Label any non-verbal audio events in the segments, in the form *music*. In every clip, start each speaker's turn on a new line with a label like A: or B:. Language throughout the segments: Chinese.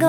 A: 有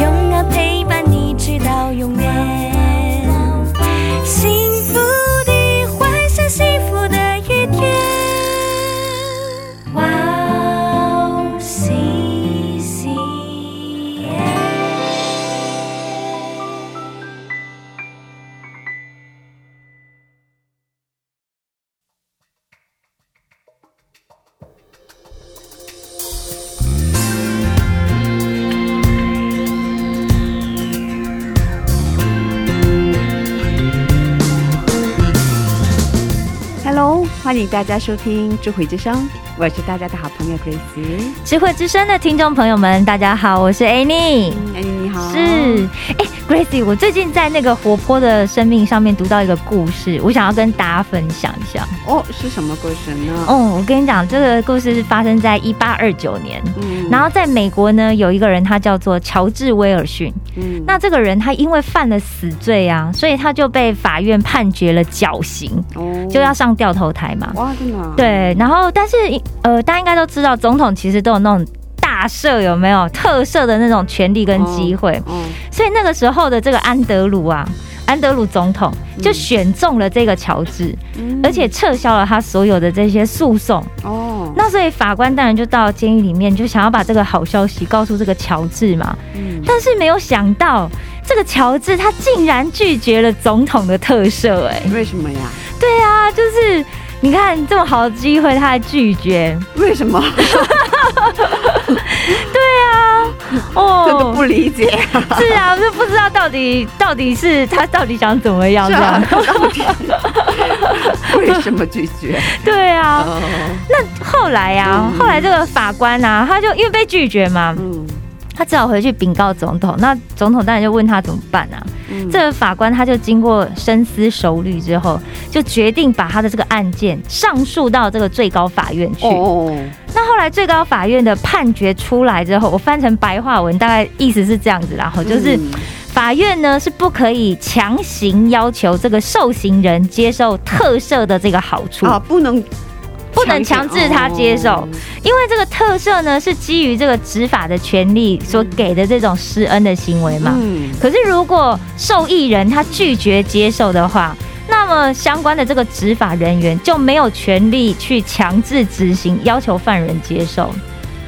A: 永远陪伴你直到永远。幸福的幻想，幸福的一天。哇哦，西西耶！
B: Hello，欢迎大家收听《智慧之声》，我是大家的好朋友 Grace。
C: 智慧之声的听众朋友们，大家好，我是 Annie。
B: 哎，你好，
C: 是，哎，Gracie，我最近在那个活泼的生命上面读到一个故事，我想要跟大家分享一下。
B: 哦，是什么故事呢？
C: 哦，我跟你讲，这个故事是发生在一八二九年。
B: 嗯
C: 然后在美国呢，有一个人，他叫做乔治·威尔逊。
B: 嗯
C: 那这个人他因为犯了死罪啊，所以他就被法院判决了绞刑，
B: 哦
C: 就要上掉头台嘛。
B: 哇，真的啊，
C: 对，然后但是呃，大家应该都知道，总统其实都有那种大赦有没有特赦的那种权利跟机会，
B: 哦，
C: 所以那个时候的这个安德鲁啊，安德鲁总统就
B: 嗯
C: 选中了这个乔治，
B: 嗯
C: 而且撤销了他所有的这些诉讼。
B: 哦，
C: 那所以法官当然就到监狱里面，就想要把这个好消息告诉这个乔治嘛，
B: 嗯
C: 但是没有想到。这个乔治他竟然拒绝了总统的特赦、哎，
B: 为什么呀？
C: 对啊，就是你看这么好的机会他还拒绝，
B: 为什么？真的
C: 啊哦，
B: 不理解，
C: 是啊，就不知道到底到底是他到底想怎么样
B: 是
C: 这
B: 啊
C: 样，
B: 到底为什么拒绝？
C: 对啊，
B: *laughs* 哦，
C: 后来啊，
B: 嗯
C: 后来这个法官啊，他就因为被拒绝嘛，
B: 嗯
C: 他只好回去禀告总统。那总统当然就问他怎么办啊？
B: 嗯
C: 这个法官他就经过深思熟虑之后，就决定把他的这个案件上诉到这个最高法院去。
B: 哦，
C: 那后来最高法院的判决出来之后，我翻成白话文，大概意思是这样子啦，哈，就是。
B: 嗯
C: 法院呢是不可以强行要求这个受刑人接受特赦的这个好处，
B: 啊，不能
C: 不能强制他接受，
B: 哦
C: 因为这个特赦呢是基于这个执法的权利所给的这种施恩的行为嘛。
B: 嗯
C: 可是如果受益人他拒绝接受的话，那么相关的这个执法人员就没有权利去强制执行，要求犯人接受。，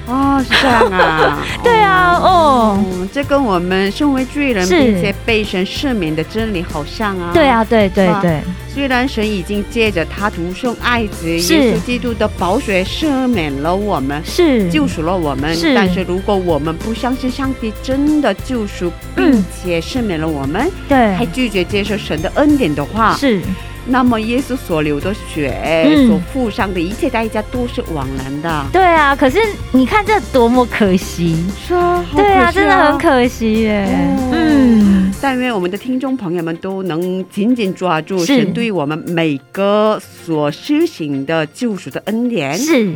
B: 哦，是这样啊
C: *laughs* 对啊，哦，
B: 嗯，这跟我们身为罪人
C: 是
B: 并且被神赦免的真理好像啊。
C: 对，啊，对对对，
B: 虽然神已经借着他独生爱子
C: 是
B: 耶稣基督的宝血赦免了我们。
C: 是，
B: 救赎了我们，
C: 是
B: 但是如果我们不相信上帝真的救赎，
C: 嗯
B: 并且赦免了我们，还
C: 对，
B: 拒绝接受神的恩典的话，
C: 嗯是，
B: 那么耶稣所流的血、
C: 嗯
B: 所付上的一切代价都是枉然的。
C: 对啊。可是你看这多么可惜，
B: 是啊，好
C: 对
B: 可
C: 啊，
B: 惜
C: 真的很可惜耶
B: 哦。
C: 嗯，
B: 但愿我们的听众朋友们都能紧紧抓住
C: 是
B: 神对我们每个所施行的救赎的恩典。
C: 是。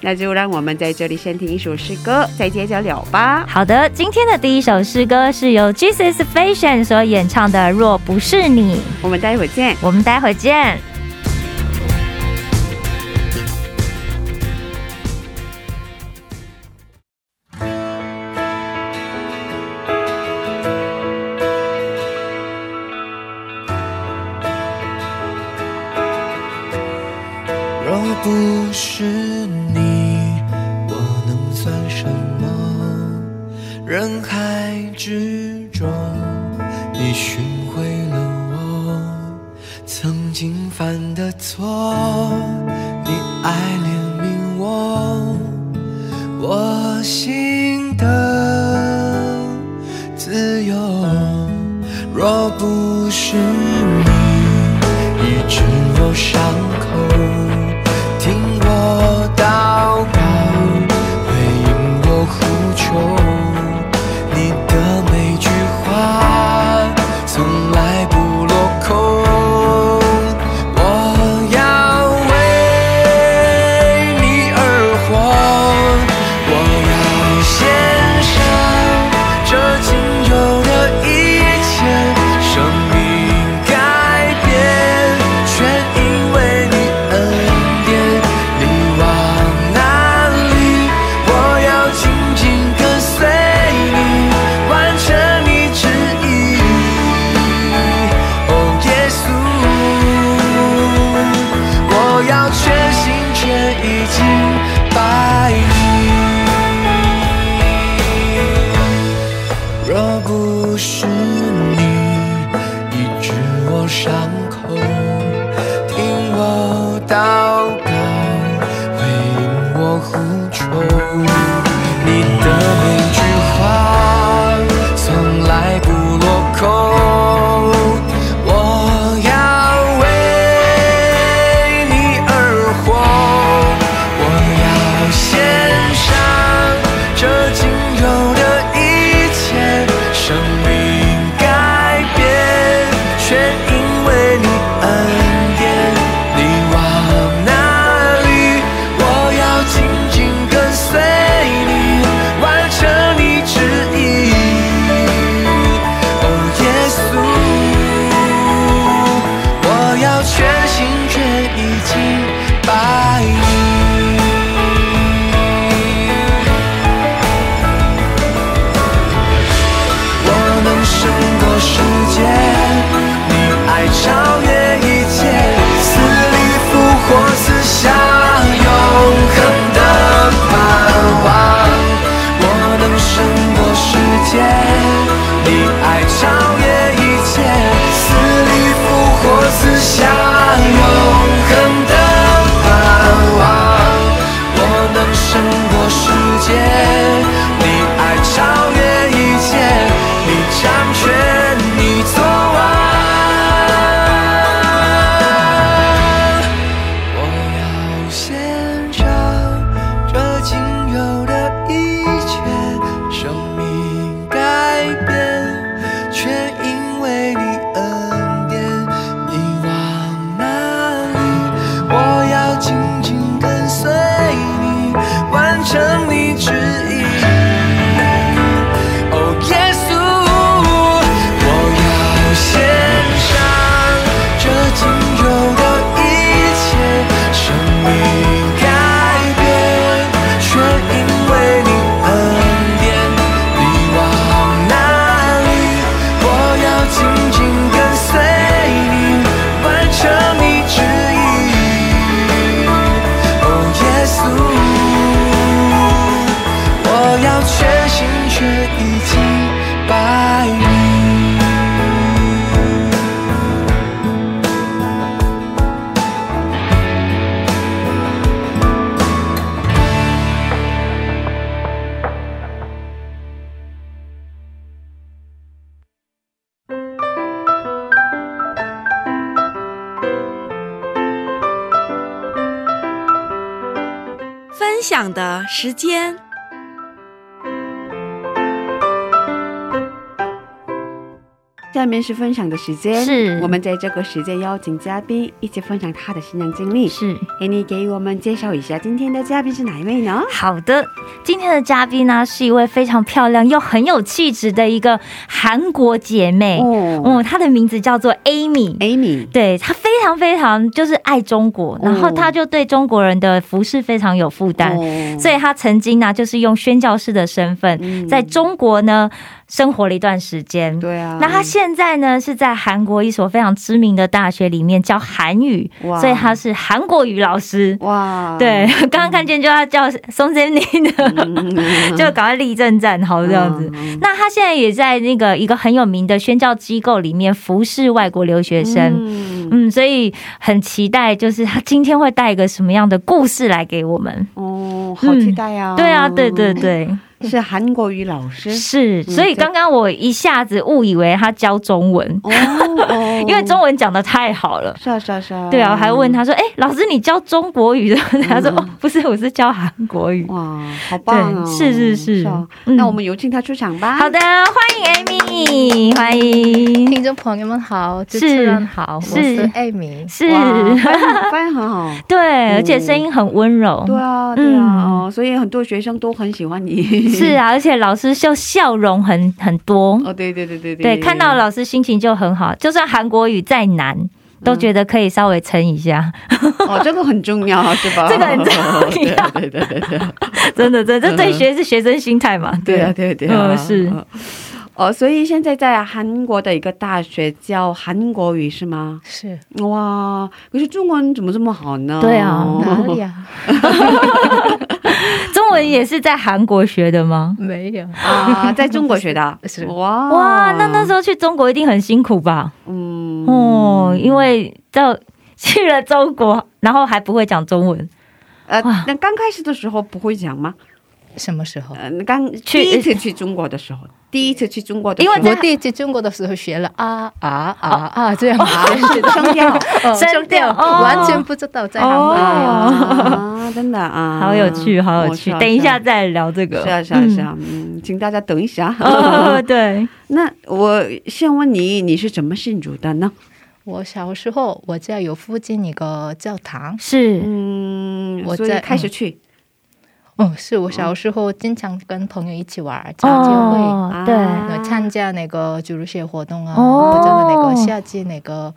B: 那就让我们在这里先听一首诗歌，再接着聊吧。
C: 好的，今天的第一首诗歌是由 Jesus Fashion 所演唱的《若不是你》，
B: 我们待会儿见。
C: 我们待会见。
D: 若不是你，我能算什么？人海之中，你寻回了我曾经犯的错。你爱怜悯我，我心的自由。若不是你。医治我伤口，听我祷告，回应我呼求。你的每句话从来不落空，我要为你而活，我要献上。Oh,
E: 分享的时间。
B: 下面是分享的时间，
C: 是
B: 我们在这个时间邀请嘉宾一起分享他的新娘经历。
C: 是。
B: 哎，你给我们介绍一下今天的嘉宾是哪一位呢？
C: 好的，今天的嘉宾呢是一位非常漂亮又很有气质的一个韩国姐妹，
B: 哦
C: 嗯，她的名字叫做 Amy。
B: ，Amy，
C: 对她非常非常就是爱中
B: 哦
C: 国，然后她就对中国人的服饰非常有负担，
B: 哦
C: 所以她曾经呢就是用宣教师的身份
B: 嗯
C: 在中国呢生活了一段时间。
B: 对啊，
C: 那她现在呢是在韩国一所非常知名的大学里面教韩语，
B: 哇
C: 所以她是韩国语老师。
B: 哇，
C: 对，刚刚看见就要叫松森林的，
B: 嗯，
C: *laughs* 就赶快立正站好这样子。
B: 嗯
C: 那他现在也在那个一个很有名的宣教机构里面服侍外国留学生。嗯
B: 嗯，
C: 所以很期待，就是他今天会带一个什么样的故事来给我们？
B: 哦，嗯好期待呀、
C: 对啊，对对，对，
B: 是韩国语老师，
C: 是。所以
B: 这
C: 刚刚我一下子误以为他教中文，
B: 哦，哦
C: 因为中文讲的太好了。
B: 是啊是啊是啊，
C: 对啊，我还问他说：“哎、老师，你教中国语的？” *laughs* 他
B: 嗯
C: 说：“哦，不是，我是教韩国语。”
B: 哇，好棒哦！
C: 对是是是
B: 啊
C: 嗯
B: 那我们有请他出场吧。
C: 好的，欢迎 Amy，欢迎，
F: 听众朋友们好，
C: 是
F: 主持人好，我是
C: 是
F: 艾米。
C: 是，
B: 哇，发音发音很好。
C: *laughs* 对，而
B: 嗯
C: 且声音很温柔，
B: 对啊，对啊，
C: 嗯
B: 哦，所以很多学生都很喜欢你。
C: 是啊，而且老师就笑容很很多，
B: 嗯哦，对对对对
C: 对，看到老师心情就很好，就算韩国语再难。都觉得可以稍微撑
B: *laughs*
C: 一下，
B: 哦，这个很重要，是吧？
C: 这个很重要
B: 对对对对对
C: 真的，真的，这对学是学生心态嘛？
B: 对啊，对啊对啊，
C: 嗯是
B: 嗯。哦，所以现在在韩国的一个大学教韩国语是吗？
F: 是
B: 哇，可是中文怎么这么好呢？
C: 对啊
F: 哪里啊？
C: *laughs* 中文也是在韩国学的吗？
B: 嗯
F: 没有，，
C: *laughs*
B: 啊，在中国学的
F: 是
B: 哇
C: 哇，那那时候去中国一定很辛苦吧？
B: 嗯
C: 哦，因为到去了中国，然后还不会讲中文，
B: 呃
C: 哇，
B: 那刚开始的时候不会讲吗？
F: 什么时候？
B: 呃，刚
C: 去
B: 第一次去中国的时候，第一次去中国的时
C: 因
B: 候，
C: 为
F: 我
C: 在
F: 第一次中国的时候学了啊啊啊啊这样啊， *laughs*
B: 声调
F: 哦
C: 声
F: 声
C: 调
F: 调
C: 哦
F: 完全不知道在韩国没有。
C: *laughs*
B: 啊，真的啊，
C: 好有趣，好有
B: 哦是。
C: 趣
B: 啊
C: 等一下
B: 是
C: 再聊这
B: 啊
C: 个。
B: 是啊是啊是啊，嗯，请大家等一下。 *laughs*
C: 嗯。哦，对，
B: 那我先问你，你是怎么信主的呢？
F: 我小时候我家有附近一个教堂，
C: 是
B: 嗯，
F: 我
B: 所以
F: 在
B: 开始去
F: 哦，是我小时候经常跟朋友一起玩交际会。
C: 哦，对，
B: 啊
F: 呃参加那个主日学活动啊，
C: 哦
F: 或者那个夏季那个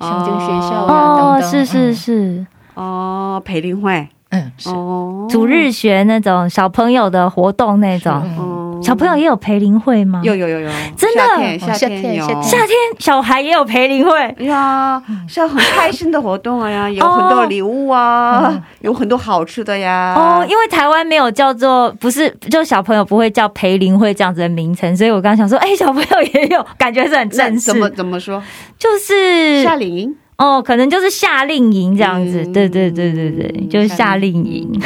F: 圣经学校啊、
C: 哦，
F: 等等，
C: 是
B: 嗯
C: 是是，
B: 哦，培灵会
F: 嗯，嗯是，
B: 哦，
C: 主日学那种小朋友的活动那种，
F: 嗯
B: 哦
C: 小朋友也有培灵会吗？
B: 有有有有，
C: 真的
B: 夏天
F: 哦
B: 夏
F: 夏
B: 天
F: 天
B: 有
F: 夏天
C: 夏天小孩也有培灵会，
B: 哎呀，是很开心的活动啊呀，
C: 哦
B: 有很多礼物啊，有很多好吃的呀。
C: 嗯哦，因为台湾没有叫做不是，就小朋友不会叫培灵会这样子的名称，所以我刚想说，哎，小朋友也有，感觉是很
B: 那
C: 正式
B: 怎，么怎么说？
C: 就是
B: 夏令营
C: 哦，可能就是夏令营这样子，
B: 嗯
C: 对对对对对，就是夏令营， *laughs*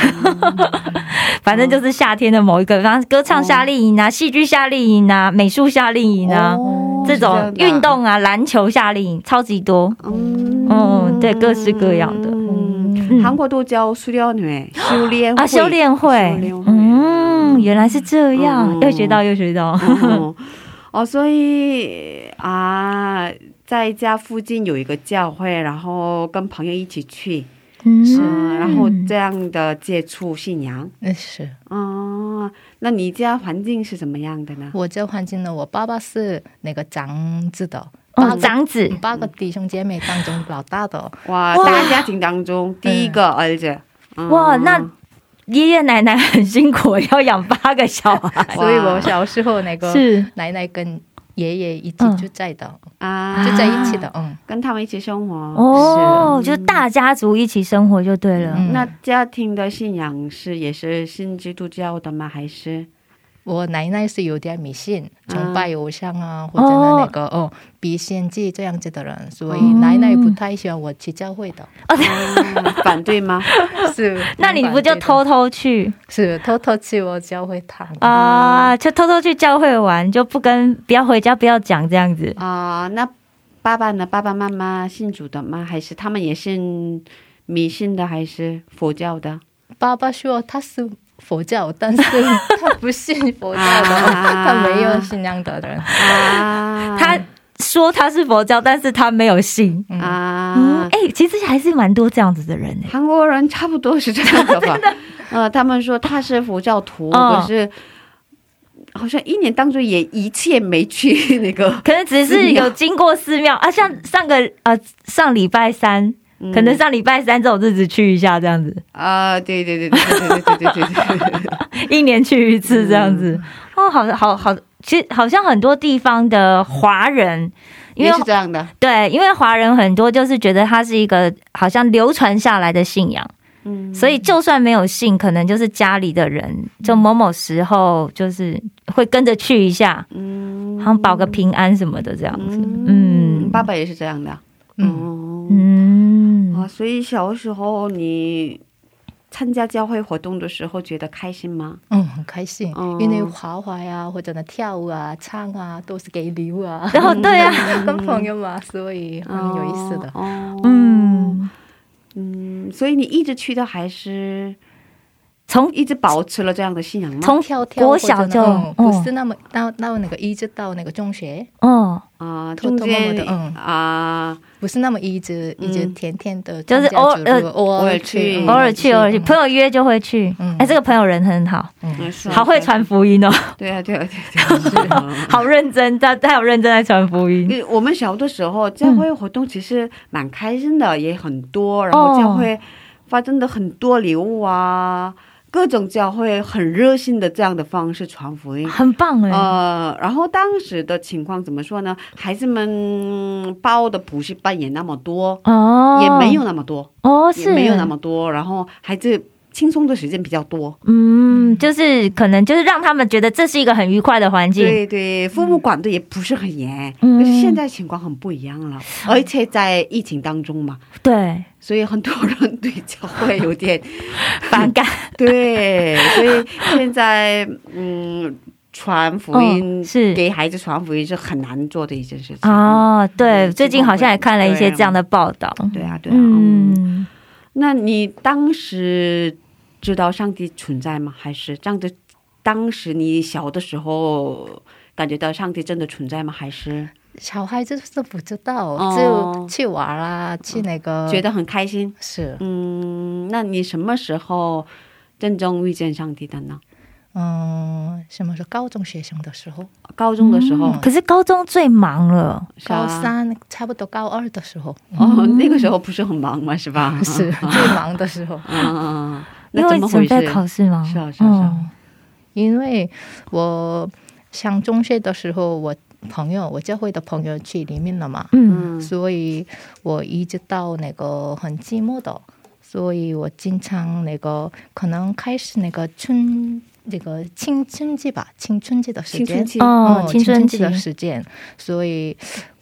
C: 反
B: 嗯
C: 正就是夏天的某一个，然后歌
B: 哦
C: 唱夏令营啊，戏剧夏令营啊，美术夏令营啊，
B: 哦
C: 这种
B: 是
C: 运动啊，篮球夏令营超级多，
B: 嗯
C: 嗯，对，各式各样的
B: 嗯，韩国都叫修炼哎会，修炼
C: *gasps* 啊，修炼会
B: 修炼，会
C: 嗯，原来是这样
B: 嗯，
C: 又学到又学到，
B: 哦 *laughs* 哦，所以啊，在家附近有一个教会，然后跟朋友一起去，嗯，然后这样的接触信仰。
F: 嗯是。
B: 哦，那你家环境是怎么样的呢？
F: 我这环境呢，我爸爸是那个长子的，
C: 哦，长子
F: 八个弟兄姐妹当中老大的，
B: 哇，
C: 哇
B: 大家庭当中第一个儿子。嗯
C: 哇，那爷爷奶奶很辛苦，要养八个小
B: *laughs*
C: 孩，
F: 所以我小时候那个
C: 是。
F: 奶奶跟爷爷一起
C: 嗯
F: 住在的，
B: 啊，
F: 住在一起的，嗯，
B: 跟他们一起生活。嗯
C: 哦，就是大家族一起生活就对了。
F: 嗯
B: 那家庭的信仰是也是信基督教的吗？还是
F: 我奶奶是有点迷信，崇拜偶像啊，或者
C: 哦
F: 那个哦，比献祭这样子的人，所以
C: 嗯
F: 奶奶不太喜欢我去教会
C: *laughs*
F: 的，
C: 哦
B: 嗯反对吗？ *laughs*
F: *laughs* 是，
C: 那你不就偷偷去
F: 是偷偷去我教会堂啊？
C: 啊、就偷偷去教会玩，就不跟不要回家，不要讲这样子。
B: 啊、那爸爸呢？爸爸妈妈信主的吗？还是他们也信迷信的，还是佛教的？
F: 爸爸说他是佛教，但是他不信佛教 *laughs* 的，
B: 啊
F: 他没有信仰的人。
B: 啊，
C: 他说他是佛教，但是他没有信。
B: 啊。
C: 嗯，哎、其实还是蛮多这样子的人哎、
B: 韩国人差不多是这样的吧？呃，他们说他是佛教徒，
C: 嗯
B: 可是好像一年当中也一次也没去那个，
C: 可能只是有经过寺庙啊，像上个呃上礼拜三，
B: 嗯
C: 可能上礼拜三这种日子去一下这样子，
B: 啊，对对对对对对对对对对，
C: 一年去一次这样子。
B: 嗯
C: 哦，好好好，其实好像很多地方的华人，因
B: 也
C: 为
B: 是这样的。
C: 对，因为华人很多就是觉得它是一个好像流传下来的信仰，
B: 嗯，
C: 所以就算没有信，可能就是家里的人，就某某时候就是会跟着去一下，
B: 嗯
C: 好像保个平安什么的这样子。嗯
B: 嗯，爸爸也是这样的。
F: 嗯，
B: 嗯
C: 嗯，
B: 啊，所以小时候你参加教会活动的时候，觉得开心吗？
F: 嗯，很开心
B: 哦，
F: 因为画画呀，或者呢跳舞啊、唱啊，都是给礼物啊，
C: 然后对啊，
F: 跟朋友嘛，所以很有意思的。
B: 哦，嗯
C: 嗯，
B: 嗯，所以你一直去的还是
C: 从
B: 一直保持了这样的信仰吗？
C: 从
F: 跳跳
C: 国
F: 或者呢
C: 小就
F: 嗯
C: 哦
F: 不是那么到到那个一直到那个中学，
C: 哦，
B: 啊，
F: 偷
B: 中
F: 偷摸摸
B: 间
F: 地嗯
B: 啊，
F: 不是那么一直一直
B: 嗯
F: 天天的
C: 就是
F: 参加
C: 偶
F: 组
C: 呃
F: 织偶
B: 偶尔
F: 尔
B: 去
F: 去，嗯
C: 偶尔去偶尔去，朋
F: 友
C: 友约就会去。
F: 嗯
C: 哎，这个朋友人很好，
B: 嗯是啊
C: 好会传福音哦，
B: 对 *laughs* 啊，对啊，对啊，对啊是啊
C: 好认真，他他有认真在传福音
B: 因。为我们小的时候教会活动其实蛮开心的，也很多，然
C: 哦
B: 后教会发生的很多礼物啊，各种教会很热心的这样的方式传福音。
C: 很棒哎、
B: 呃，然后当时的情况怎么说呢？孩子们报的补习班也那么多，
C: 哦，
B: 也没有那么多，
C: 哦，
B: 也
C: 是
B: 没有那么多，然后孩子轻松的时间比较多。
C: 嗯，就是可能就是让他们觉得这是一个很愉快的环境。
B: 对对，父母管的也不是很严，
C: 嗯
B: 可是现在情况很不一样了，而且在疫情当中嘛，
C: 对，
B: 所以很多人对教会有
C: *laughs*
B: 点
C: 反感。
B: 对，所以现在嗯，传福音、
C: *laughs* 哦是
B: 给孩子传福音是很难做的一件事情。
C: 哦，对，
B: 嗯啊
C: 最近好像也看了一些这样的报道。
B: 对啊，对啊，嗯，
C: 嗯，
B: 那你当时知道上帝存在吗？还是这样的？当时你小的时候感觉到上帝真的存在吗？还是
F: 小孩就是不知道，
B: 哦
F: 就去玩啊，去那
C: 呃
F: 个
B: 觉得很开心？
F: 是
B: 嗯，那你什么时候真正遇见上帝的呢？
F: 嗯，什么时候高中学生的时候，
B: 高中的时候，
A: 嗯
C: 可是高中最忙了。
B: 是啊
F: 高三差不多高二的时候，
B: 哦，那个时候不是很忙嘛，是吧？ *laughs*
F: 是 *laughs* 最忙的时候，
B: 嗯，嗯嗯
C: 因
B: 那
C: 为
B: 怎么
C: 准
B: 回
C: 备考
B: 事？
C: 试吗？
B: 是啊是啊是啊
C: 嗯
F: 因为我上中学的时候，我朋友我教会的朋友去里面了嘛，
C: 嗯
F: 所以我一直到那个很寂寞的，所以我经常那个可能开始那个春那个青春期吧，青春期的时
B: 嗯青春
F: 间，
B: 期，
C: 哦，青
F: 嗯青
C: 春
F: 期
C: 期
F: 的时间，所以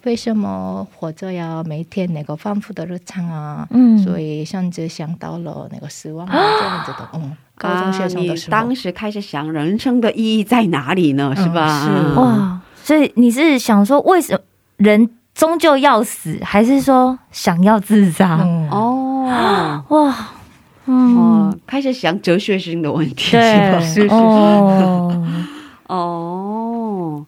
F: 为什么活着呀？每天那个反复的日常啊，
C: 嗯
F: 所以甚至想到了那个死
C: *gasps*
F: 亡啊这样子的，嗯，高中学生
B: 啊
F: 的
B: 你
F: 时候，
B: 当时开始想人生的意义在哪里呢？是吧？
F: 嗯是
C: 哇，所以你是想说为什么人终究要死，还是说想要自杀？
F: 嗯，
B: 哦。
C: 哇，嗯，
B: 哦，开始想哲学性的问题是吧？
C: 对，哦，
B: 哦，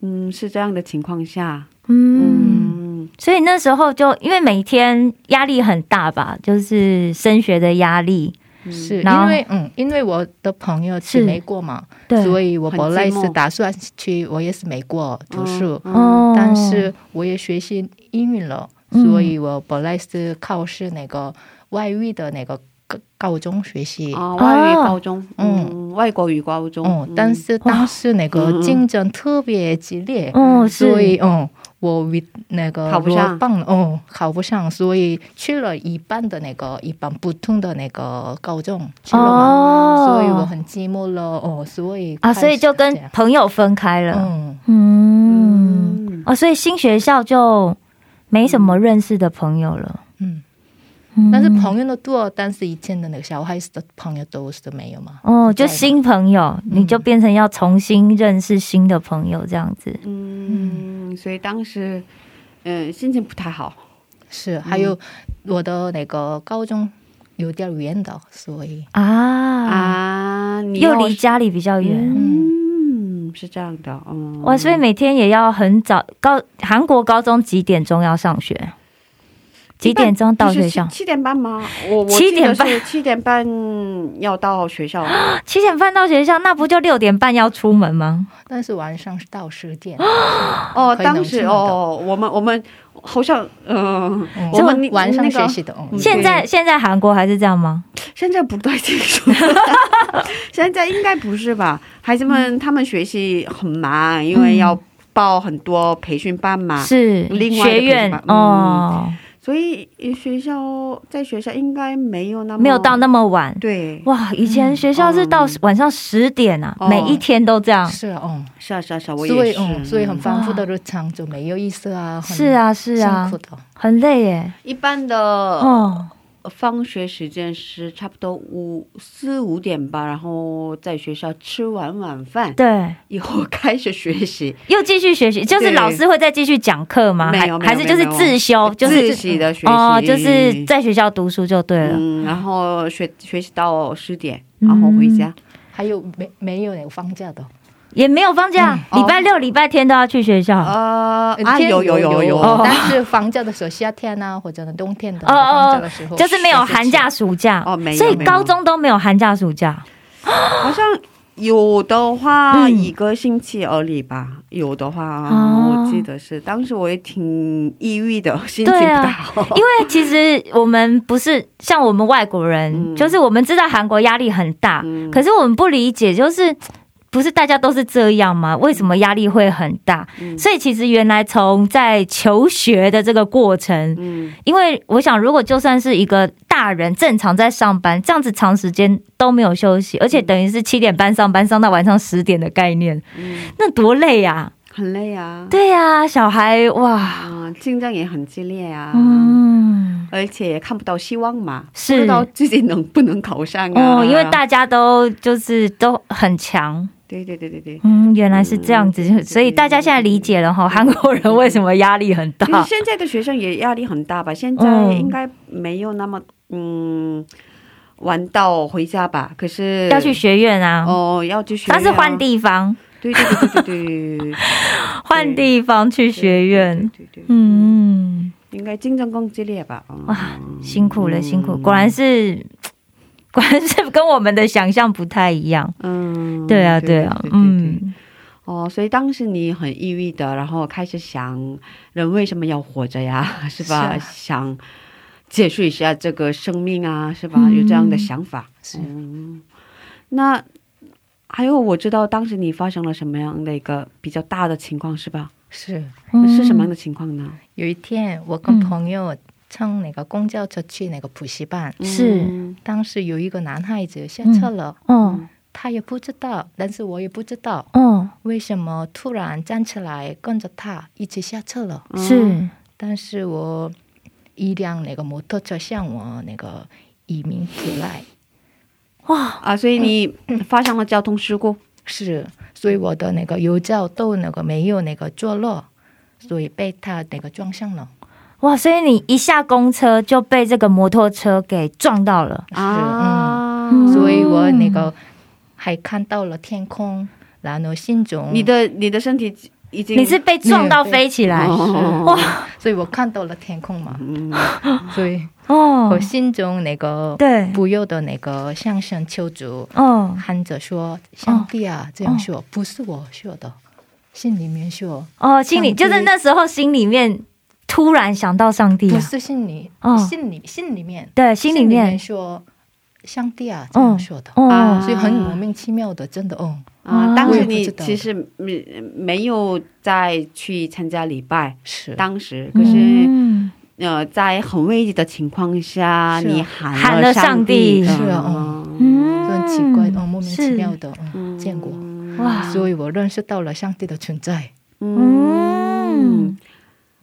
B: 嗯，是这样的情况下，
C: 嗯。
B: 嗯，
C: 所以那时候就因为每天压力很大吧，就是升学的压力，
F: 是
C: 然后
F: 因为嗯，因为我的朋友去
C: 是
F: 美国嘛，
C: 对，
F: 所以我本来
B: 很寂
F: 是
B: 寞
F: 打算去，我也是美国读书，
C: 哦，
F: 但是我也学习英语了，
C: 嗯
F: 所以我本来是考试那个外语的那个高高中学习。
B: 啊，外语
C: 哦
B: 高中，嗯，外国语高中，
F: 嗯，但是当时那
B: 嗯
F: 个竞争特别激烈，
C: 哦是
F: 所以嗯，我为那个
B: 考不上
F: 落榜了，嗯，考不上，所以去了一般的那个一般普通的那个高中去了嘛，
C: 哦，
F: 所以我很寂寞了，哦，所以
C: 啊，
F: 开始
C: 所以就跟
F: 这样
C: 朋友分开了，
F: 嗯
C: 嗯，
B: 嗯，
C: 哦，所以新学校就没什么认识的朋友了，
F: 嗯，
C: 嗯
F: 但是朋友的多，但是以前的那个小孩子的朋友都是没有嘛，
C: 哦，就新朋友，你就变成要重新认识新的朋友这样子，
B: 嗯，所以当时，呃嗯，心情不太好，
F: 是，还有我的那个高中有点远的，所以
C: 啊，
B: 啊，你
C: 又
B: 要
C: 离家里比较远。
B: 嗯，是这样的，嗯，
C: 哇，所以每天也要很早，高韩国高中几点钟要上学？几点钟到学校？
B: 七点半吗？我我
C: 7
B: 记得
C: 点半
B: 是七点半要到学校。
C: 七点半到学校，那不就六点半要出门吗？
F: 但是晚上是到十点，
B: 哦，
F: 可以
B: 当
F: 能
B: 时
F: 听得到
B: 哦，我们我们好像嗯，
F: 嗯
B: 我们
F: 我晚上
B: 那个
F: 学习的，嗯
B: 嗯
C: 现在现在韩国还是这样吗？
B: 现在不太清楚，
C: *laughs*
B: 现在应该不是吧？孩子
C: 嗯
B: 们他们学习很忙，因为要报很多培训班嘛，
C: 是
B: 啊另外一个
C: 学院
B: 培训班嗯
C: 哦，
B: 所以学校在学校应该没有那么
C: 没有到那么晚。
B: 嗯对，
C: 哇，以前学校是到
B: 嗯
C: 晚上十点啊，
B: 哦
C: 每一天都这样。
F: 是啊，嗯，
B: 是啊是啊是啊，我
F: 所
B: 也
F: 以
B: 是，
F: 嗯，所以很繁复的日常就没有意思啊，很
C: 是啊，是啊
F: 辛苦，的，
C: 很累耶。
B: 一般的
C: 哦，
B: 放学时间是差不多五四五点吧，然后在学校吃完晚饭
C: 对，
B: 以后开始学
C: *laughs*
B: 习，
C: 又继续学习，就是
B: 对
C: 老师会再继续讲课吗？
B: 没
C: 啊还
B: 有没有
C: 还是就是自修，就是
B: 自习的学习
C: 哦，就是在学校读书就对了。
B: 嗯，然后学学习到十点，
C: 嗯
B: 然后回家。
F: 还有没没有那个放假的，
C: 也没有放假，
B: 嗯
C: 礼拜六、礼拜天都要去学校。哦
B: 呃啊，
F: 天
B: 有有有有，
C: 哦
F: 但
B: *laughs*
F: 是放假的时候，夏天啊，或者呢冬天的放假
C: 哦
F: 的时候，
C: 哦，就是没有寒假、暑假
B: 哦没有
C: 所以
B: 没有
C: 高中都没有寒假、暑假。
B: 好像有的话
C: 嗯
B: 一个星期而已吧，有的话
C: 哦
B: 我记得是，当时我也挺抑郁的， *laughs* 心情不
C: 对啊
B: 太好。
C: *laughs* 因为其实我们不是像我们外国人，
B: 嗯
C: 就是我们知道韩国压力很大，
B: 嗯
C: 可是我们不理解，就是不是大家都是这样吗？为什么压力会很大？
B: 嗯
C: 所以其实原来从在求学的这个过程，
B: *laughs* 嗯，
C: 因为我想，如果就算是一个大人正常在上班，这样子长时间都没有休息，而且等于是七点半上班，上到晚上十点的概念，
B: 嗯
C: 那多累呀、
B: 很累啊，
C: 对呀、小孩哇，
B: 啊，竞争也很激烈啊。
C: 嗯，
B: 而且也看不到希望嘛，不
C: 是
B: 知道自己能不能考上啊？
C: *laughs* 哦，因为大家都就是都很强，
B: 对对对对对，
C: 嗯，原来是这样子，所以大家现在理解了哈，韩国人为什么压力很
B: 其实
C: 大，
B: 现在的学生也压力很大吧？现在
C: 嗯
B: 应该没有那么嗯玩到回家吧？可是
C: 要去学院啊。
B: 哦，要去学、
C: 他是换，地方，
B: 对对对对对对，
C: 换地方去学院。
B: 对对对，
C: 嗯，
B: 应该竞争更激烈吧？嗯、
C: 哇，辛苦了，辛苦，果然是，果然是 *laughs* 跟我们的想象不太一样。
B: 嗯，
C: 对啊，对啊
B: 对，对对
C: 嗯，
B: 哦，所以当时你很抑郁的，然后开始想，人为什么要活着呀？ *laughs* 是吧？
F: 是啊
B: 想结束一下这个生命啊，是吧？
C: 嗯
B: 有这样的想法。
F: 是
B: 嗯，那还有，我知道当时你发生了什么样的一个比较大的情况，是吧？
F: 是
B: 是什么样的情况呢？
F: 有一天我跟
C: 嗯
F: 朋友乘那个公交车去那个补习班，
C: 是
B: 嗯
F: 当时有一个男孩子下车了，
C: 嗯
F: 他也不知道，但是我也不知道
C: 嗯，
F: 为什么突然站起来跟着他一起下车了。
C: 嗯是
F: 但是我一辆那个摩托车向我那个移民出来，
C: 哇，
B: 啊，所以你发生了交通事故。
F: 是，所以我的那个油罩都那个没有那个坐落，所以被他那个撞上了。
C: 哇！所以你一下公车就被这个摩托车给撞到了。
F: 是，
B: 啊，
F: 嗯，
C: 嗯
F: 所以我那个还看到了天空，然后心中
B: 你，的你的身体已经
C: 你是被撞到飞起来
B: 哦
C: 哇
F: 所以我看到了天空嘛，
B: 嗯哦
F: 所以
C: 哦
F: 我，心中那个
C: 对，
F: 嗯哦不由的那个向上求助，
C: 哦
F: 喊着说：“上帝啊，这
B: 哦
F: 样说不是我说的，心里面说
C: 哦，心里就是那时候心里面突然想到上帝、
F: 不
C: 啊，
F: 是心里
C: 哦，
F: 心里心里面
C: 对，心里面，
F: 说上帝啊这样说的。”
C: 哦
B: 啊
F: 所以很莫名其妙的，真的哦，
B: 啊，
C: 啊
B: 当
F: 我也
B: 时
F: 不
B: 你
F: 知道
B: 其实没没有再去参加礼拜，
F: 是
B: 当时可是、
C: 嗯
B: 呃，在很危急的情况下，
F: 是啊
B: 你喊
C: 喊了上帝
B: 帝，
F: 是啊
C: 嗯啊
F: 就很奇怪哦，莫名其妙的嗯
B: 嗯
F: 见过，
C: 哇
F: 所以我认识到了上帝的存在。
B: 嗯
C: 嗯
F: 嗯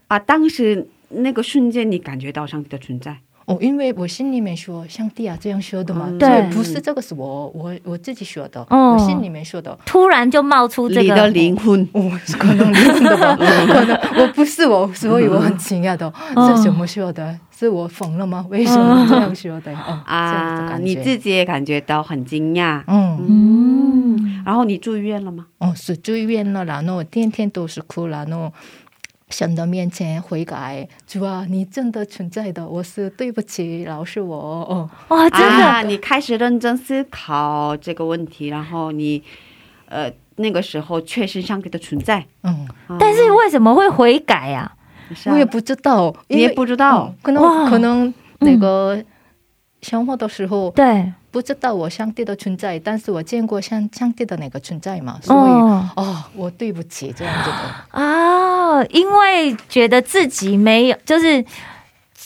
B: 啊，当时那个瞬间你感觉到上帝的存在，
F: 哦，因为我心里面说上帝啊这样说的嘛，
B: 嗯
F: 所
C: 对
F: 以不是这个是我我我自己说的，
C: 哦
F: 我心里面说的，
C: 突然就冒出这
B: 你的
C: 个，
F: 哦
B: 灵魂，
F: 我可能离婚
C: *laughs*
F: 的吧，可能我不是我，所以我很惊讶的，
C: 嗯
F: 这怎么说的？是我疯了吗？为什么这样说的？哦，这样的
B: 啊，
F: 感
B: 你
F: 觉，
B: 自己也感觉到很惊讶。
F: 嗯，
C: 嗯，
B: 然后你住院了吗？
F: 哦，是住院了，然后天天都是哭，然后神的面前悔改，主啊，你真的存在的，我是对不起，饶恕我，哦，
C: 哇，真的，
B: 啊，你开始认真思考这个问题，然后你，呃，那个时候确信上帝的存在。
F: 嗯，
B: 啊
C: 但是为什么会悔改呀、
B: 是啊
F: 我也不知道，
B: 你
F: 因
B: 也
F: 为
B: 不知道
F: 哦，可能
C: 哇
F: 可能那个生活的时候
C: 对，
F: 不知道我上帝的存在，但是我见过上上帝的那个存在嘛，所以
C: 哦
F: 哦我对不起这样子的，
C: 啊，因为觉得自己没有，就是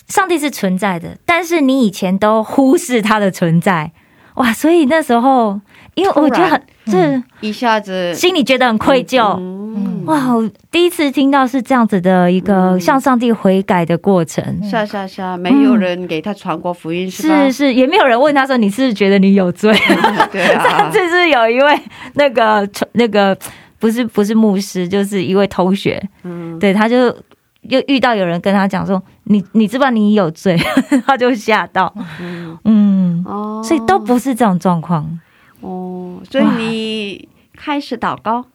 C: 上帝是存在的，但是你以前都忽视他的存在，哇，所以那时候，因为我觉得很，这、
B: 一下子，
C: 心里觉得很愧疚。
B: 嗯，
C: 哇，我第一次听到是这样子的一个向上帝悔改的过程，
B: 是啊是啊是啊，没有人给他传过福音、是吧
C: 是？是，也没有人问他说你是不是觉得你有罪。
B: *laughs* 对啊
C: *laughs* 上，次是有一位那个那个不是不是牧师，就是一位同学，
B: 嗯，
C: 对，他就又遇到有人跟他讲说：“你你知不知道你有罪？” *laughs* 他就吓到，
B: 嗯
C: 嗯，
B: 哦，
C: 所以都不是这种状况。
B: 哦，所以你开始祷告，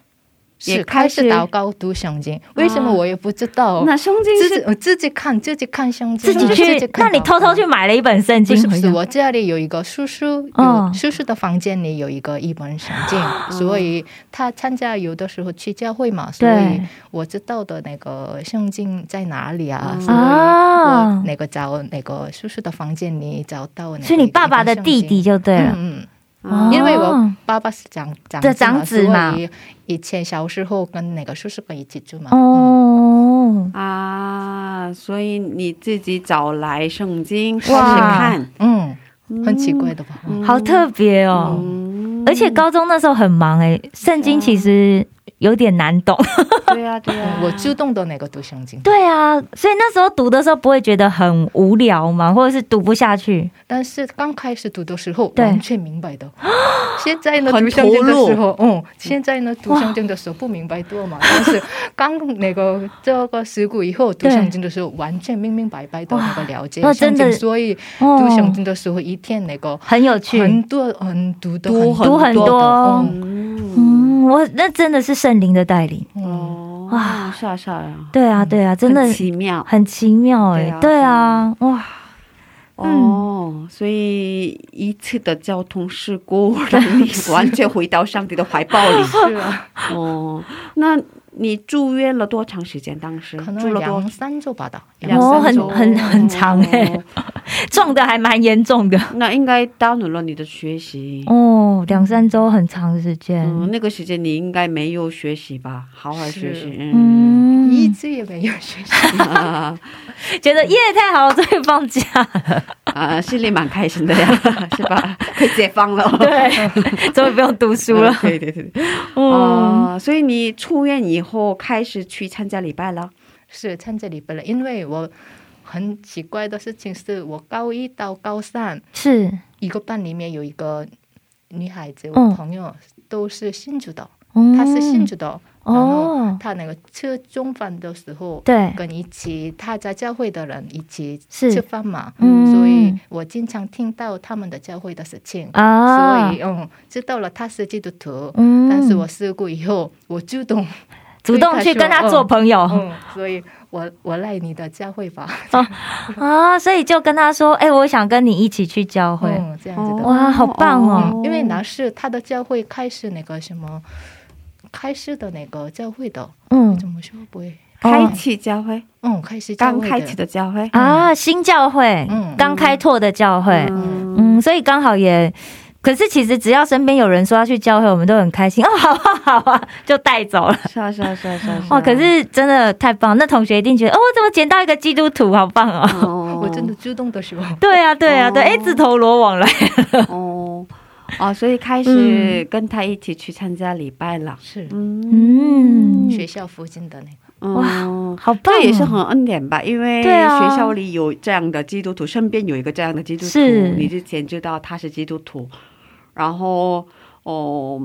B: 也
F: 是
B: 开
F: 开
B: 始
F: 始祷告读圣经，为什么我也不知
C: 哦
F: 道？
B: 那圣经
F: 自己
B: 是
F: 我自己看自己看圣经，
C: 自己去，那
F: 看
C: 你偷偷去买了一本圣
F: 不
C: 经
F: 是不
C: 回
F: 是，
C: 家，
F: 我家里有一个叔叔，
C: 嗯
F: 有叔叔的房间里有一个一本圣经， *gasps* 所以他参加有的时候去教会嘛，所以
C: 哦对
F: 我知道的那个圣经在哪里啊，
B: 嗯
F: 所以
C: 啊
F: 我那个找那个叔叔的房间里找到那个
C: 所以你爸爸的弟弟
F: 一
C: 就对
F: 本圣
C: 了。
F: 经。嗯
C: 哦
F: 嗯，因为我爸爸是长长
C: 对长子嘛
F: 所以以前小时候跟那个叔叔哥一起住嘛。嗯，
C: 哦，
B: 啊，所以你自己找来圣经开始
C: 哇
B: 看，
F: 嗯，很奇怪
B: 嗯
F: 的吧？
B: 嗯
C: 好特别哦。 *laughs*
B: 嗯
C: 而且高中那时候很忙哎、圣经
F: 啊
C: 其实有点难懂。
B: 对呀、对呀、啊
F: 嗯我主动的那个读圣经。
C: 对啊，所以那时候读的时候不会觉得很无聊吗？或者是读不下去？
F: 但是刚开始读的时候
C: 对
F: 完全明白的，现在呢
B: 很
F: 读圣经的
B: 投入
F: 时候，嗯，现在呢读圣经的时候不明白多嘛，但是刚那个这个事故以后读
C: 对
F: 圣经的时候完全明明白白的那个了解
C: 那
F: 圣
C: 真
F: 经，
C: 的
F: 所以
C: 哦
F: 读圣经的时候一天那个
C: 很有趣，
F: 很多很读的
B: 读
C: 读很
F: 多
C: 多
F: 的，嗯
B: 嗯，
C: 嗯，我那真的是圣灵的带领。
F: 嗯
B: 哦，
C: 哇
B: 是啊是啊，
C: 对啊，对啊，真的
B: 很奇妙
C: 很奇妙哎、
B: 对
C: 对
B: 啊
C: 啊，哇，
B: 哦。所以一次的交通事故让你完全回到上帝的怀抱
C: *laughs*
B: 里。
F: 是啊，
B: 哦，那你住院了多长时间？当时
F: 可
B: 嗯住
F: 能
B: 了多
F: 两三周吧的，
B: 两
C: 哦
B: 三
C: 很
B: 周
C: 很很长欸
B: 哦
C: 撞的还蛮严重的
B: 那应该耽误了你的学习。
C: 哦，两三周很长的时间，
B: 嗯，那个时间你应该没有学习吧？好好学习
F: 是。
B: 嗯，
C: 嗯，
F: 一直也没有学习。 *laughs*
B: 啊
C: 觉得耶太好了，终于放假了，
B: 啊，心里蛮开心的呀，
C: *laughs*
B: 是吧？可以解放了。
C: 对， *laughs* 终于不用读书了
B: 嗯， *laughs* 对对对对。
C: 嗯，
B: 啊、所以你出院以后开始去参加礼拜了。
F: 是参加礼拜了，因为我很奇怪的事情是我高一到高三
C: 是，
F: 一个班里面有一个女孩子，
C: 嗯
F: 我朋友、都是新主的，
C: 嗯
F: 她是新主的，然后
C: 哦，
F: 她那个吃中饭的时候。
C: 对，
F: 跟一起她在教会的人一起
C: 是
F: 吃饭嘛，
C: 嗯
F: 所以我经常听到他们的教会的事情，
C: 啊，
F: 所以嗯，知道了她是基督徒，
C: 嗯
F: 但是我试过以后，我主动
C: 主动去跟他做朋友、
F: 嗯，所以我我来你的教会吧，
C: 啊，所以就跟他说，哎、我想跟你一起去教会，
F: 嗯，这样子的。
C: 哇好棒哦
F: 嗯，因为男士他的教会开始那个什么，开始的那个教会的
C: 嗯
F: 怎么说不会？
B: 开启教会，
F: 嗯，开始教
B: 哦刚
F: 会
B: 开启
F: 的，
B: 的教会。
C: 啊，新教会，
F: 嗯
C: 刚开拓的教会，
B: 嗯
C: 嗯所以刚好也，可是其实只要身边有人说要去教会，我们都很开心哦， *laughs* 好啊，好啊，就带走了。
B: 是啊是啊是啊是啊。
C: 哇，哦可是真的太棒！那同学一定觉得，哦，我怎么捡到一个基督徒，好棒哦！
B: 哦，
F: 我真的主动的时候，
C: 对啊，对啊，对，哎、自投罗网了。
B: 哦。哦，所以开始跟他一起去参加礼拜了。
F: 是
B: 嗯，
C: 嗯，
F: 学校附近的那个，
B: 哇，
C: 好棒、哦，
B: 嗯这也是很恩典吧？因为
C: 对啊
B: 学校里有这样的基督徒，身边有一个这样的基督徒
C: 是，
B: 你之前知道他是基督徒，然后哦。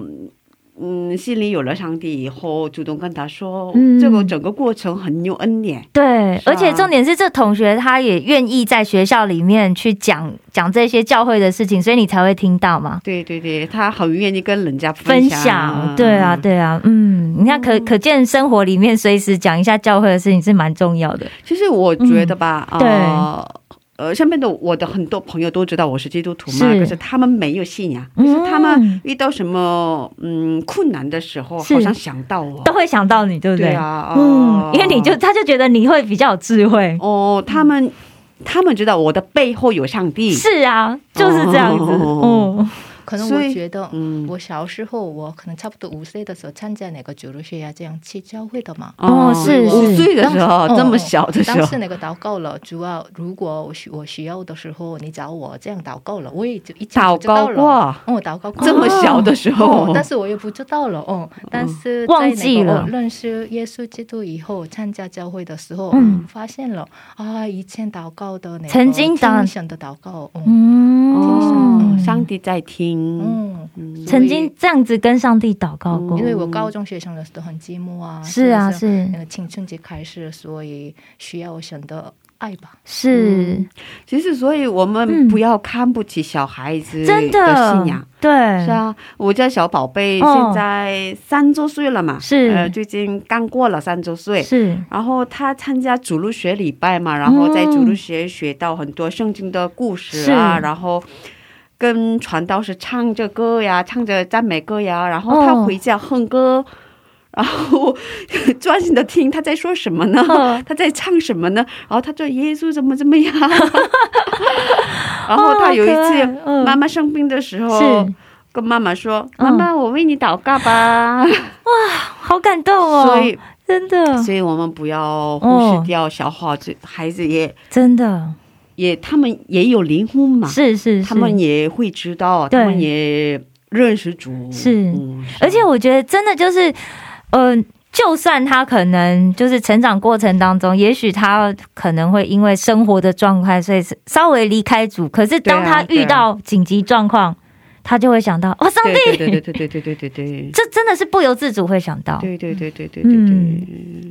B: 嗯，心里有了上帝以后，主动跟他说，
C: 嗯
B: 这个整个过程很有恩典。
C: 对，
B: 啊
C: 而且重点是，这同学他也愿意在学校里面去讲讲这些教会的事情，所以你才会听到嘛。
B: 对对对，他很愿意跟人家
C: 分
B: 享。嗯哦
C: 享，对啊，对啊，嗯，你看可可见生活里面随时讲一下教会的事情是蛮重要的，
B: 其实我觉得吧，
C: 嗯
B: 呃，呃，身边的我的很多朋友都知道我是基督徒嘛，
C: 是
B: 可是他们没有信仰，可
C: 嗯
B: 是他们遇到什么嗯困难的时候，
C: 是
B: 好像想到我
C: 都，会想到你，对不对？
B: 哦对啊，
C: 嗯
B: 哦，
C: 因为你就他就觉得你会比较有智慧，
B: 哦，他们他们知道我的背后有上帝，
C: 是啊，就是这样子，
B: 哦
C: 嗯，
F: 可能
B: 所以
F: 我觉得，
B: 嗯
F: 我小时候我可能差不多五岁的时候参加那个主日学呀这样去教会的嘛。
C: 哦是哦
B: 五
C: 是
B: 岁的时候，
F: 当时嗯
B: 这么小的时
F: 当
B: 候
F: 时，那个祷告了，主要如果我需我需要的时候，你找我这样祷告了，我也就一清楚
B: 祷
F: 知道
B: 告
F: 了。
B: 过，
F: 嗯，我祷
C: 哦
F: 告过
B: 这么小的时
F: 哦
B: 候，，
F: 但是我也不知道了哦。但是在那个
C: 嗯忘记了
F: 哦认识耶稣基督以后，参加教会的时候，
C: 嗯
F: 发现了啊，以前祷告的那个
C: 曾经祷
F: 听神的祷告，嗯
B: 哦
C: 嗯，
B: 上帝在听，
F: 嗯，
B: 嗯
C: 曾经这样子跟上帝祷告过
F: 因，
B: 哦
F: 为我高中学生的时候很寂寞啊，
C: 是啊，
F: 不是
C: 是
B: 嗯
F: 那个青春期开始，所以需要神的爱吧。
C: 是，
B: 其实，所以我们
C: 嗯
B: 不要看不起小孩子
C: 真
B: 的信仰。
C: 对，
B: 是啊，我家小宝贝
C: 哦
B: 现在三周岁了嘛，
C: 是
B: 呃，最近刚过了三周岁。
C: 是，
B: 然后他参加主路学礼拜嘛，然后在
C: 嗯
B: 主路学学到很多圣经的故事啊，
C: 是
B: 然后跟传道士唱着歌呀，唱着赞美歌呀，然后他
C: 哦
B: 回家哼歌，然后专心的听他在说什么呢？
C: 嗯
B: 他在唱什么呢？然后他说耶稣怎么怎么
C: *laughs*
B: 样，然后他有一次
C: 哦可爱嗯
B: 妈妈生病的时候。
C: 是，
B: 跟妈妈说：“
C: 嗯
B: 妈妈，我为你祷告
C: *laughs*
B: 吧。
C: 好感动哦，
B: 啊所以，
C: 真的，
B: 所以我们不要忽视掉小伙子、孩子也
C: 真的
B: 也，他们也有灵魂嘛，
C: 是是是，
B: 他们也会知道，
C: 对
B: 他们也认识主。
C: 是
B: 嗯
C: 而且我觉得真的就是，嗯、就算他可能就是成长过程当中，也许他可能会因为生活的状况，所以稍微离开组。可是当
B: 对啊
C: 他
B: 对
C: 遇
B: 啊
C: 到紧急状况，他就会想到哦，上帝，
B: 对对对对对对对对对
C: *laughs* 这真的是不由自主会想到，
B: 对对对对对对
C: 嗯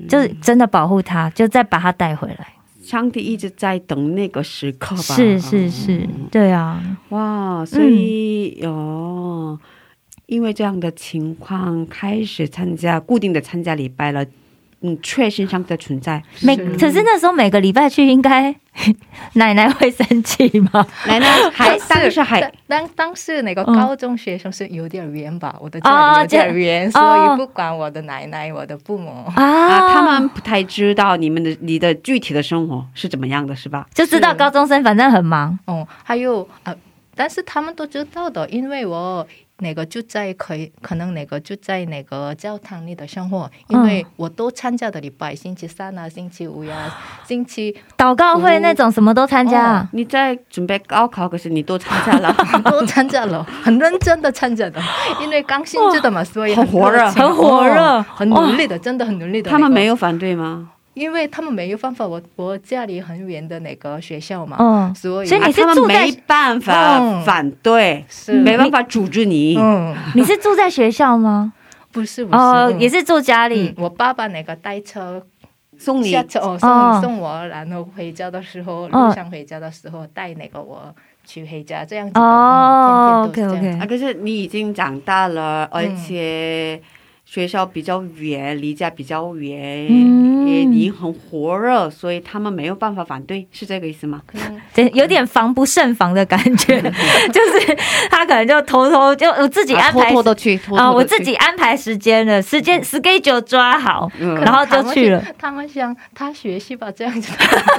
B: 对，
C: 就是真的保护他，就再把他带回来。
B: 上帝一直在等那个时刻吧。
C: 是是嗯是，
B: 嗯
C: 对啊，
B: 哇，所以哦，因为这样的情况开始参加固定的参加礼拜了，嗯，确信上帝的存在。
C: 每可是那时候每个礼拜去，应该 *laughs* 奶奶会生气吗？
B: 奶
C: *laughs*
B: 奶还但是还
F: 但当当时那个
C: 嗯
F: 高中学生是有点远吧，我的
C: 哦
F: 家里有点远，
C: 这
F: 所以不管我的奶奶、我的父母，
C: 啊，
B: 啊，他们不太知道你们的你的具体的生活是怎么样的，是吧？
C: 就知道
F: 是
C: 高中生反正很忙，
F: 哦、还有啊、呃但是他们都知道的，因为我那个就在可以可能那个就在那个教堂里的生活，因为我都参加的礼拜，星期三啊、星期五呀、星期
C: 祷告会那种什么都参加、啊
B: 你在准备高考，可是你都参加了，
F: 都参加了，很认真的参加的，因为刚新知的嘛，所以
B: 很火热
F: 热情
C: 很火热
F: 哦很努力的，真的很努力的。
B: *laughs* 他们没
F: 有，
B: 有反对吗？
F: 因为他们没有办法，我我家里很远的那个学校嘛，
C: 嗯
F: 所以
C: 所以你
B: 啊
C: 是
B: 他们
C: 住在
B: 没办法
F: 嗯
B: 反对，
F: 是
B: 没办法阻止你。
F: 嗯，
C: 你是住在学校吗？
F: 不是不是，
C: 哦，
F: 嗯
C: 也是住家
F: 嗯
C: 里。，
F: 我爸爸那个带车
B: 送你啊
F: 下车哦，送、
C: 哦
F: 送我，然后回家的时候，
C: 哦
F: 路上回家的时候带那个我去回家，这样子的。
C: 哦
F: 嗯天天都是这样
C: OK，OK
B: 啊，可是你已经长大了，而
F: 嗯
B: 且学校比较远，离家比较远，
C: 嗯
B: 也你很火热，所以他们没有办法反对，是这个意思吗？
F: 可能
C: 这有点防不胜防的感
B: *laughs*
C: 觉，就是他可能就偷偷就我自己安排
B: 偷偷的去，偷偷地
C: 啊、我
B: 去
C: 自己安排时间了，时间 schedule 抓好，
B: 嗯
C: 然后就去了。
F: 他们想他学习吧，这样
B: *laughs*
F: 子。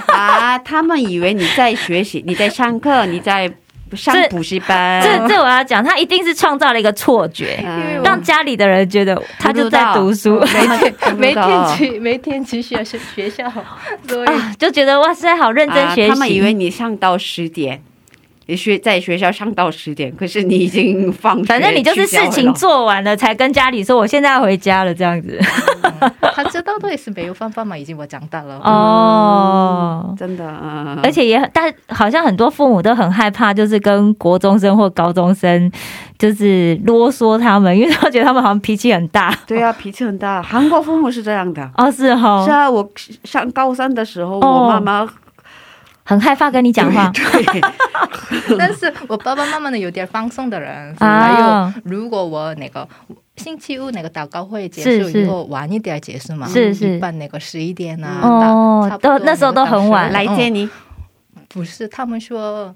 B: 啊，他们以为你在学习，你在上课，你在上
C: 这
B: 补习班，
C: 这这我要讲，他一定是创造了一个错觉，
B: 嗯
F: 因为我
C: 让家里的人觉得他就在读书。
B: 每天
F: 每天去，每天去学校学校，所以
C: 啊啊，就觉得哇塞，好认真学习。啊
B: 他们以为你上到十点，学在学校上到十点，可是你已经放学
C: 反正你就是事
B: 去教会
C: 情
B: 了
C: 做完了，才跟家里说我现在要回家了这样子。
F: 他知道的也是没有办法嘛，已经我长大了。
B: 啊
C: 哦，
B: 真的，嗯
C: 而且也很但好像很多父母都很害怕，就是跟国中生或高中生就是啰嗦他们，因为他觉得他们好像脾气很大。
B: 对啊，脾气很大。韩国父母是这样的。
C: 哦，是
B: 是
C: 哦，
B: 啊，我上高三的时候，
C: 哦
B: 我妈妈
C: 很害怕跟你讲话。
B: 对，
C: *laughs*
F: 但是我爸爸妈妈呢有点放松的人，
C: 啊
F: 还有如果我那个星期五那个祷告会结束以后晚一点结束嘛，
C: 是是
F: 一般那个十一点啊，
C: 哦
F: 到差不多
C: 都那时候都很晚
F: 那个
B: 来
F: 到十
B: 接你，
C: 哦
F: 不是他们说。嗯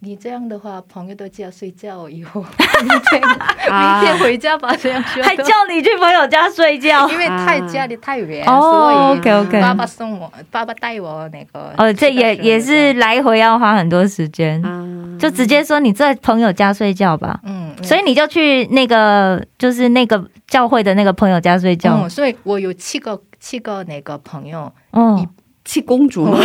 F: 你这样的话，朋友都叫睡觉，以后明天
B: 啊
F: 明天回家吧。这样说的，
C: 啊还叫你去朋友家睡
F: *laughs*
C: 觉。
F: 因为太家里太远，
C: 哦
F: 所
C: ，OK OK，
F: 以爸爸送我，爸爸带我那个。
C: 哦，这也也是，来回要花很多时间，
B: 啊，
C: 就直接说你在朋友家睡觉吧。
F: 嗯，嗯
C: 所以你就去那个，就是那个教会的那个朋友家睡觉。
F: 嗯，所以我有七个七个那个
C: *laughs*
F: 朋友， *laughs*
C: 哦，
B: 七公主嘛，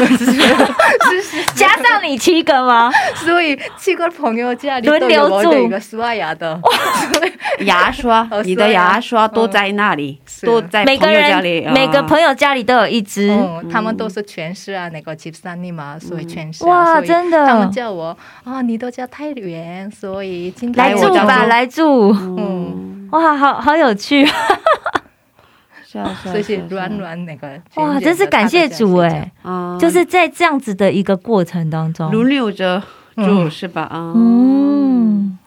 C: 加上你七个吗？
F: *laughs* 所以七个朋友家里
C: 轮
F: 都
C: 流
F: 有我
C: 住
F: 的一个刷牙的，
B: 牙刷，
F: 哦
B: 你的
C: 啊
B: 牙刷都在那里，
F: 是
B: 都在
C: 每个
B: 朋友家
C: 人
B: 里，
C: 啊
B: 嗯
C: 每个朋友家里都有一只。
F: 嗯，他们都是全市啊，那个吉三尼嘛，所以全市、啊、
C: 哇
F: 所以
C: 真的
F: 他们叫我啊，你都家太远，所以今天
C: 来住
F: 我家
C: 吧，
F: 住，
C: 来住！
F: 嗯，
C: 哇，好好有趣
B: 是啊，是啊，
F: 所以是
B: 是啊
F: 软软那个，
C: 哇！真是感谢主哎、
F: 哎，
B: 啊，
C: 就是在这样子的一个过程当中，
B: 轮流着住
F: 嗯
B: 是吧？啊，
C: 嗯，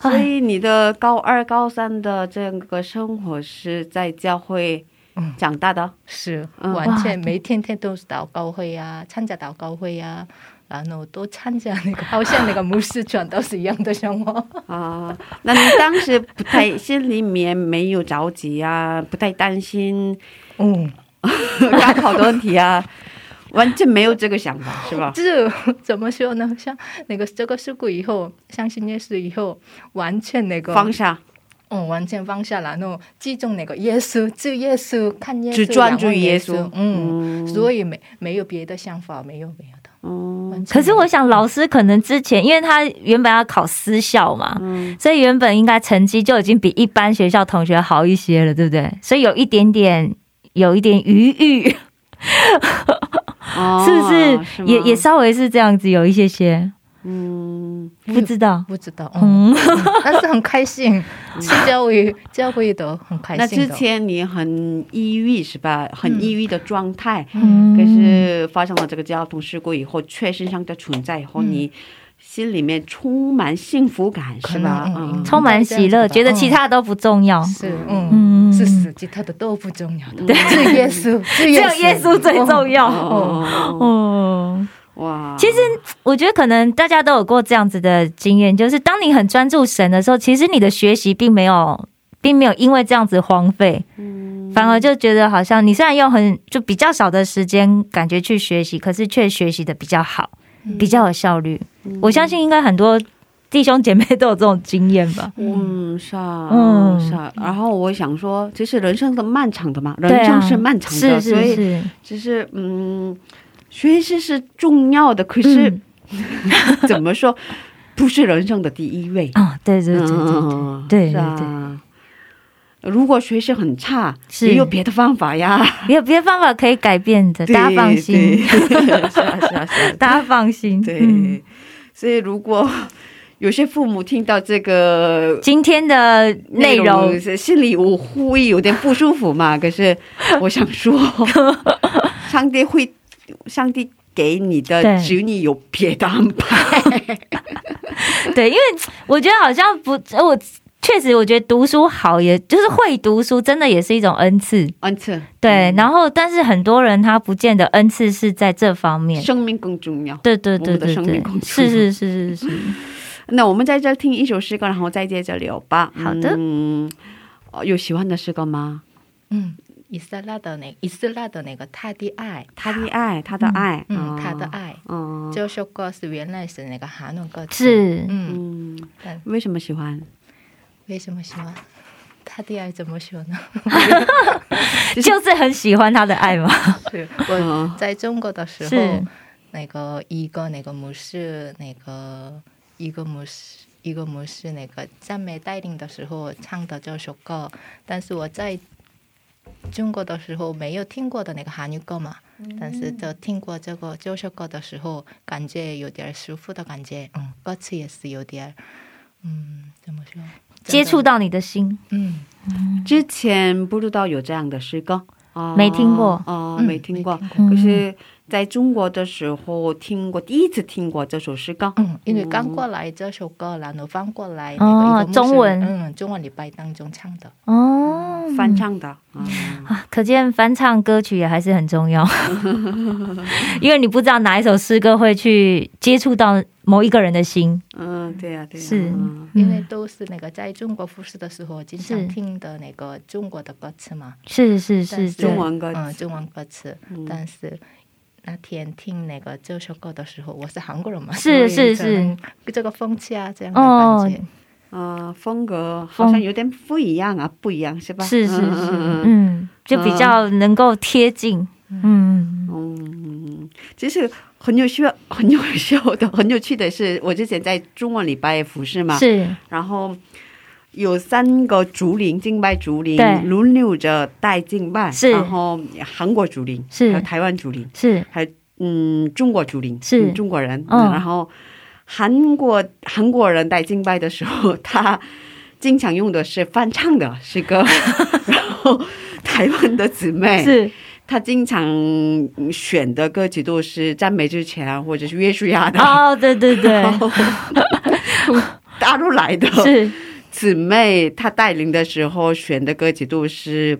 B: 所以你的高二、高三的这个生活是在教会
F: 嗯
B: 长大的，
F: 是
B: 嗯
F: 完全每天天都是祷告会啊，参加祷告会啊。然后都参加那个，好像那个牧师传道是一样的生活。
B: 啊，那你当时不太心里面没有着急啊，不太担心
F: 嗯，
B: 高考的问题
C: *laughs*
B: 啊，完全没有这个想法是吧？
F: 这怎么说呢？像那个这个事故以后，相信耶稣以后，完全那个
B: 放下，
F: 嗯，完全放下了，然后记住那个耶稣，只耶稣，看耶稣，
B: 只专注
F: 仰望
B: 耶
F: 耶
B: 稣
F: 嗯，
B: 嗯
F: 所以没没有别的想法，没有没有的。
B: 嗯
F: 完全
C: 可是
F: 没
C: 我
F: 有
C: 想，老师可能之前，因为他原本要考私校嘛，
B: 嗯
C: 所以原本应该成绩就已经比一般学校同学好一些了，对不对？所以有一点点，有一点余裕，
B: 哦
C: 是不是？
B: 吗
C: 也也稍微是这样子，有一些些，
B: 嗯，
C: 不知道。
F: 不知道，嗯，
C: 嗯，
F: 但是很
C: *laughs*
F: 开心，去教会教会的很开
B: 那
F: 心
B: 之
F: 的。
B: 前你很抑郁是吧？很
F: 嗯
B: 抑郁的状态，
F: 嗯
B: 可是发生了这个交通事故以后，确实上的存在以后，
F: 嗯
B: 你心里面充满幸福感是吧？
F: 可能嗯
B: 嗯，
C: 充满喜乐，觉得其他都不重
B: 哦
C: 要。
F: 是，嗯，
C: 嗯
F: 是死其他的都不重要的，只有耶稣，嗯只
C: 只
F: 有
C: 有耶稣最重要。哦，
B: 哦，哇，
C: 其实我觉得可能大家都有过这样子的经验，就是当你很专注神的时候，其实你的学习并没有，并没有因为这样子荒废，
B: 嗯
C: 反而就觉得好像你虽然用很就比较少的时间感觉去学习，可是却学习的比较好，
B: 嗯
C: 比较有效率。我相信应该很多弟兄姐妹都有这种经验吧。
B: 嗯，是啊，
C: 嗯
B: 嗯，是啊。然后我想说，其实人生是漫长的嘛，
C: 对
B: 人生是漫长的，
C: 啊、是
B: 所
C: 是
B: 以
C: 是，
B: 只是嗯，学习是重要的，可是、
C: 嗯
B: *laughs* 怎么说，不是人生的第一位。
C: 啊、对对对对对。
B: 嗯，
C: 对对
B: 是啊。如果学习很差，
C: 是
B: 也有别的方法呀。
C: 没有 *laughs* 别的方法可以改变的，
B: 对
C: 大家放
B: 对 *laughs*
C: 心，
B: 是啊，是啊，是啊。
C: 大家放心。
B: 对，
C: 嗯
B: 所以如果 *laughs* 有些父母听到这个
C: 今天的内容
B: 是心里我会有点不舒服嘛。可 *laughs* 是我想说，上帝会，上帝给你的
C: 对
B: 只有你有别的安排。 *laughs*
C: 对，因为我觉得好像不，呃我确实我觉得读书好也，就是会读书，真的也是一种恩赐。
B: 恩赐，
C: 对，然后但是很多人他不见得恩赐是在这方面。
B: 生命更重要。
C: 对对
B: 我
C: 对
B: 们的
C: 对
B: 生命
C: 对
B: 共，
C: 是是是
B: *laughs*
C: 是是，
B: 那我们在这儿听一首诗歌，然后再接着聊吧。
C: 好的
B: 嗯，呃有喜欢的诗歌吗？
F: 嗯，以色列的那以色列的那个他的爱，
B: 他的爱，他的爱，
F: 嗯，他的
B: 啊，
F: 爱，
B: 嗯
F: 这首歌是原来是那个韩文歌词，
C: 是
F: 嗯。
B: 嗯
F: 但，
B: 为什么喜欢？
F: 为什么喜欢？他的爱怎么说呢？ *laughs*
C: 就是很喜欢他的爱嘛。
B: *laughs*
F: 是
B: 嗯
F: 我在中国的时候
C: 是，
F: 那个一个那个牧师，那个一个牧师。一个牧师那个赞美带领的时候唱的这首歌，但是我在中国的时候没有听过的那个韩语歌嘛，
C: 嗯
F: 但是就听过这个这首歌的时候，感觉有点舒服的感觉，嗯，歌词也是有点，嗯，怎么说？
C: 接触
F: 到，
C: 到你的心，
F: 嗯，
B: 之前不知道有这样的诗歌，啊
C: 哦没听过
B: 啊、
F: 嗯
B: 没听过
F: 没。
C: 过
B: 可是在中国的时候听过，第一次听过这首诗歌。
F: 嗯，因为刚过来这首歌，然后翻过来
C: 哦
F: 那个一个牧师
C: 中文
F: 嗯，中文礼拜当中唱的，
C: 哦，
B: 翻唱的，啊
C: 啊，可见翻唱歌曲也还是很重要， *laughs* 因为你不知道哪一首诗歌会去接触到某一个人的心。
B: 嗯，对呀、对呀、
C: 是
B: 嗯
C: 嗯
F: 因为都是那个在中国复试的时候经
C: 是
F: 常听的那个中国的歌词嘛，
C: 是是
F: 但
C: 是，
F: 是
B: 中文歌词
C: 啊
F: 嗯，中文歌词，但是。那天听那个这首歌的时候，我是韩国人嘛，
C: 是
F: 所以
C: 是
F: 可能这个风气啊，这样的
C: 哦
F: 感觉，
B: 啊，风格好像有点不一样啊，不一样是吧？
C: 是是是，
B: 嗯
C: 嗯，就比较能够贴近，嗯，
B: 嗯，其实很有趣， *laughs* 很有趣的，很有趣的是，我之前在中文礼拜服饰嘛，
C: 是
B: 然后有三个竹林敬拜竹林
C: 对，
B: 轮流着带敬拜，
C: 是
B: 然后韩国竹林，
C: 是
B: 还有台湾竹林，
C: 是
B: 嗯，中国竹林
C: 是
B: 嗯中国人，
C: 嗯
B: 然后韩国韩国人在敬拜的时候，他经常用的是翻唱的诗
C: *laughs*
B: 歌，然后台湾的姊妹
C: 是，
B: 他经常选的歌曲都是赞美之泉啊，或者是约书亚的，
C: 哦，对对
B: *laughs*
C: 对，
B: 然后从大陆来的
C: 是
B: 姊妹，她带领的时候选的歌曲都是。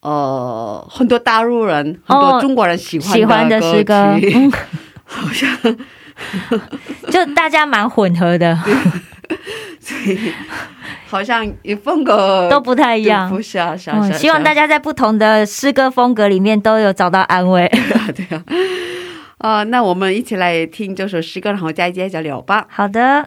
B: 呃，很多大陆人、很多中国人喜欢
C: 哦喜欢的诗歌
B: 歌，曲， *laughs*
C: 嗯，
B: 好像
C: *laughs* 就大家蛮混合的，
B: 好像也风格
C: 都不太一样
B: 对。不是啊，是啊，
C: 嗯
B: 是啊
C: 希望大家在不同的诗歌风格里面都有找到
B: *laughs*
C: 安慰。
B: 是啊对啊。呃，那我们一起来听这首诗歌，然后再接着聊吧。
C: 好的，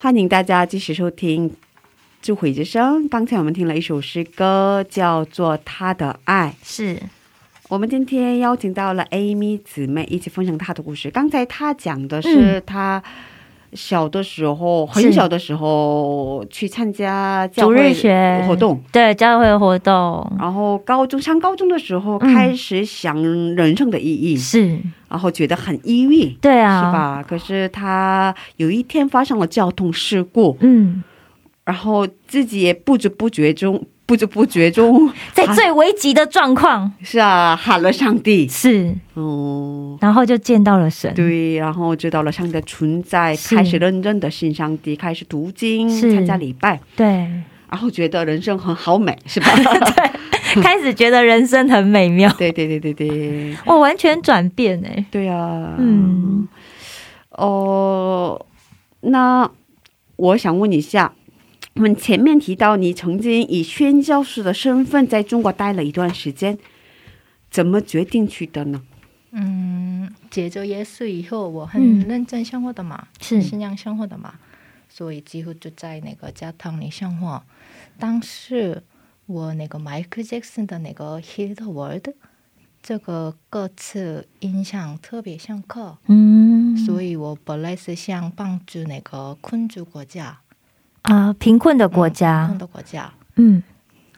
B: 欢迎大家继续收听《智慧之声》。刚才我们听了一首诗歌，叫做《他的爱》。
C: 是，
B: 我们今天邀请到了 Amy 姊妹一起分享她的故事。刚才她讲的是
C: 嗯
B: 她小的时候，很小的时候去参加教
C: 主日
B: 会
C: 学
B: 活动，
C: 对，教会活动
B: 然后高中上高中的时候
C: 嗯
B: 开始想人生的意义，
C: 是，
B: 然后觉得很抑郁，
C: 对嗯啊，
B: 是？吧？可是她有一天发生了交通事故，
C: 嗯，
B: 然后自己也不知不觉中，不知不觉中，
C: 在最危急的状况
B: 是啊，喊了上帝，
C: 是，
B: 哦、
C: 然后就见到了神，
B: 对，然后知道了上帝的存在，
C: 是
B: 开始认真的信上帝，开始读经，
C: 是
B: 参加礼拜， *laughs*
C: 对，
B: 然后觉得人生很好美，是
C: *laughs*
B: 吧？
C: 开始觉得人生很美妙，
B: *laughs* 对对对对对，
C: 我完全转变哎、
B: 对啊，
C: 嗯，
B: 哦，那我想问一下。我们前面提到，你曾经以宣教师的身份在中国待了一段时间，怎么决定去的呢？
F: 嗯，接着耶稣以后，我很
C: 嗯
F: 认真生活的嘛，
C: 是
F: 信仰生活的嘛，所以几乎就在那个教堂里生活。当时我那个 Michael Jackson 的那个《Heal the World》这个歌词印象特别深刻，
C: 嗯，
F: 所以我本来是想帮助那个困住国家、
C: 啊，贫困的国
F: 困
C: 家，
F: 的国家，
C: 嗯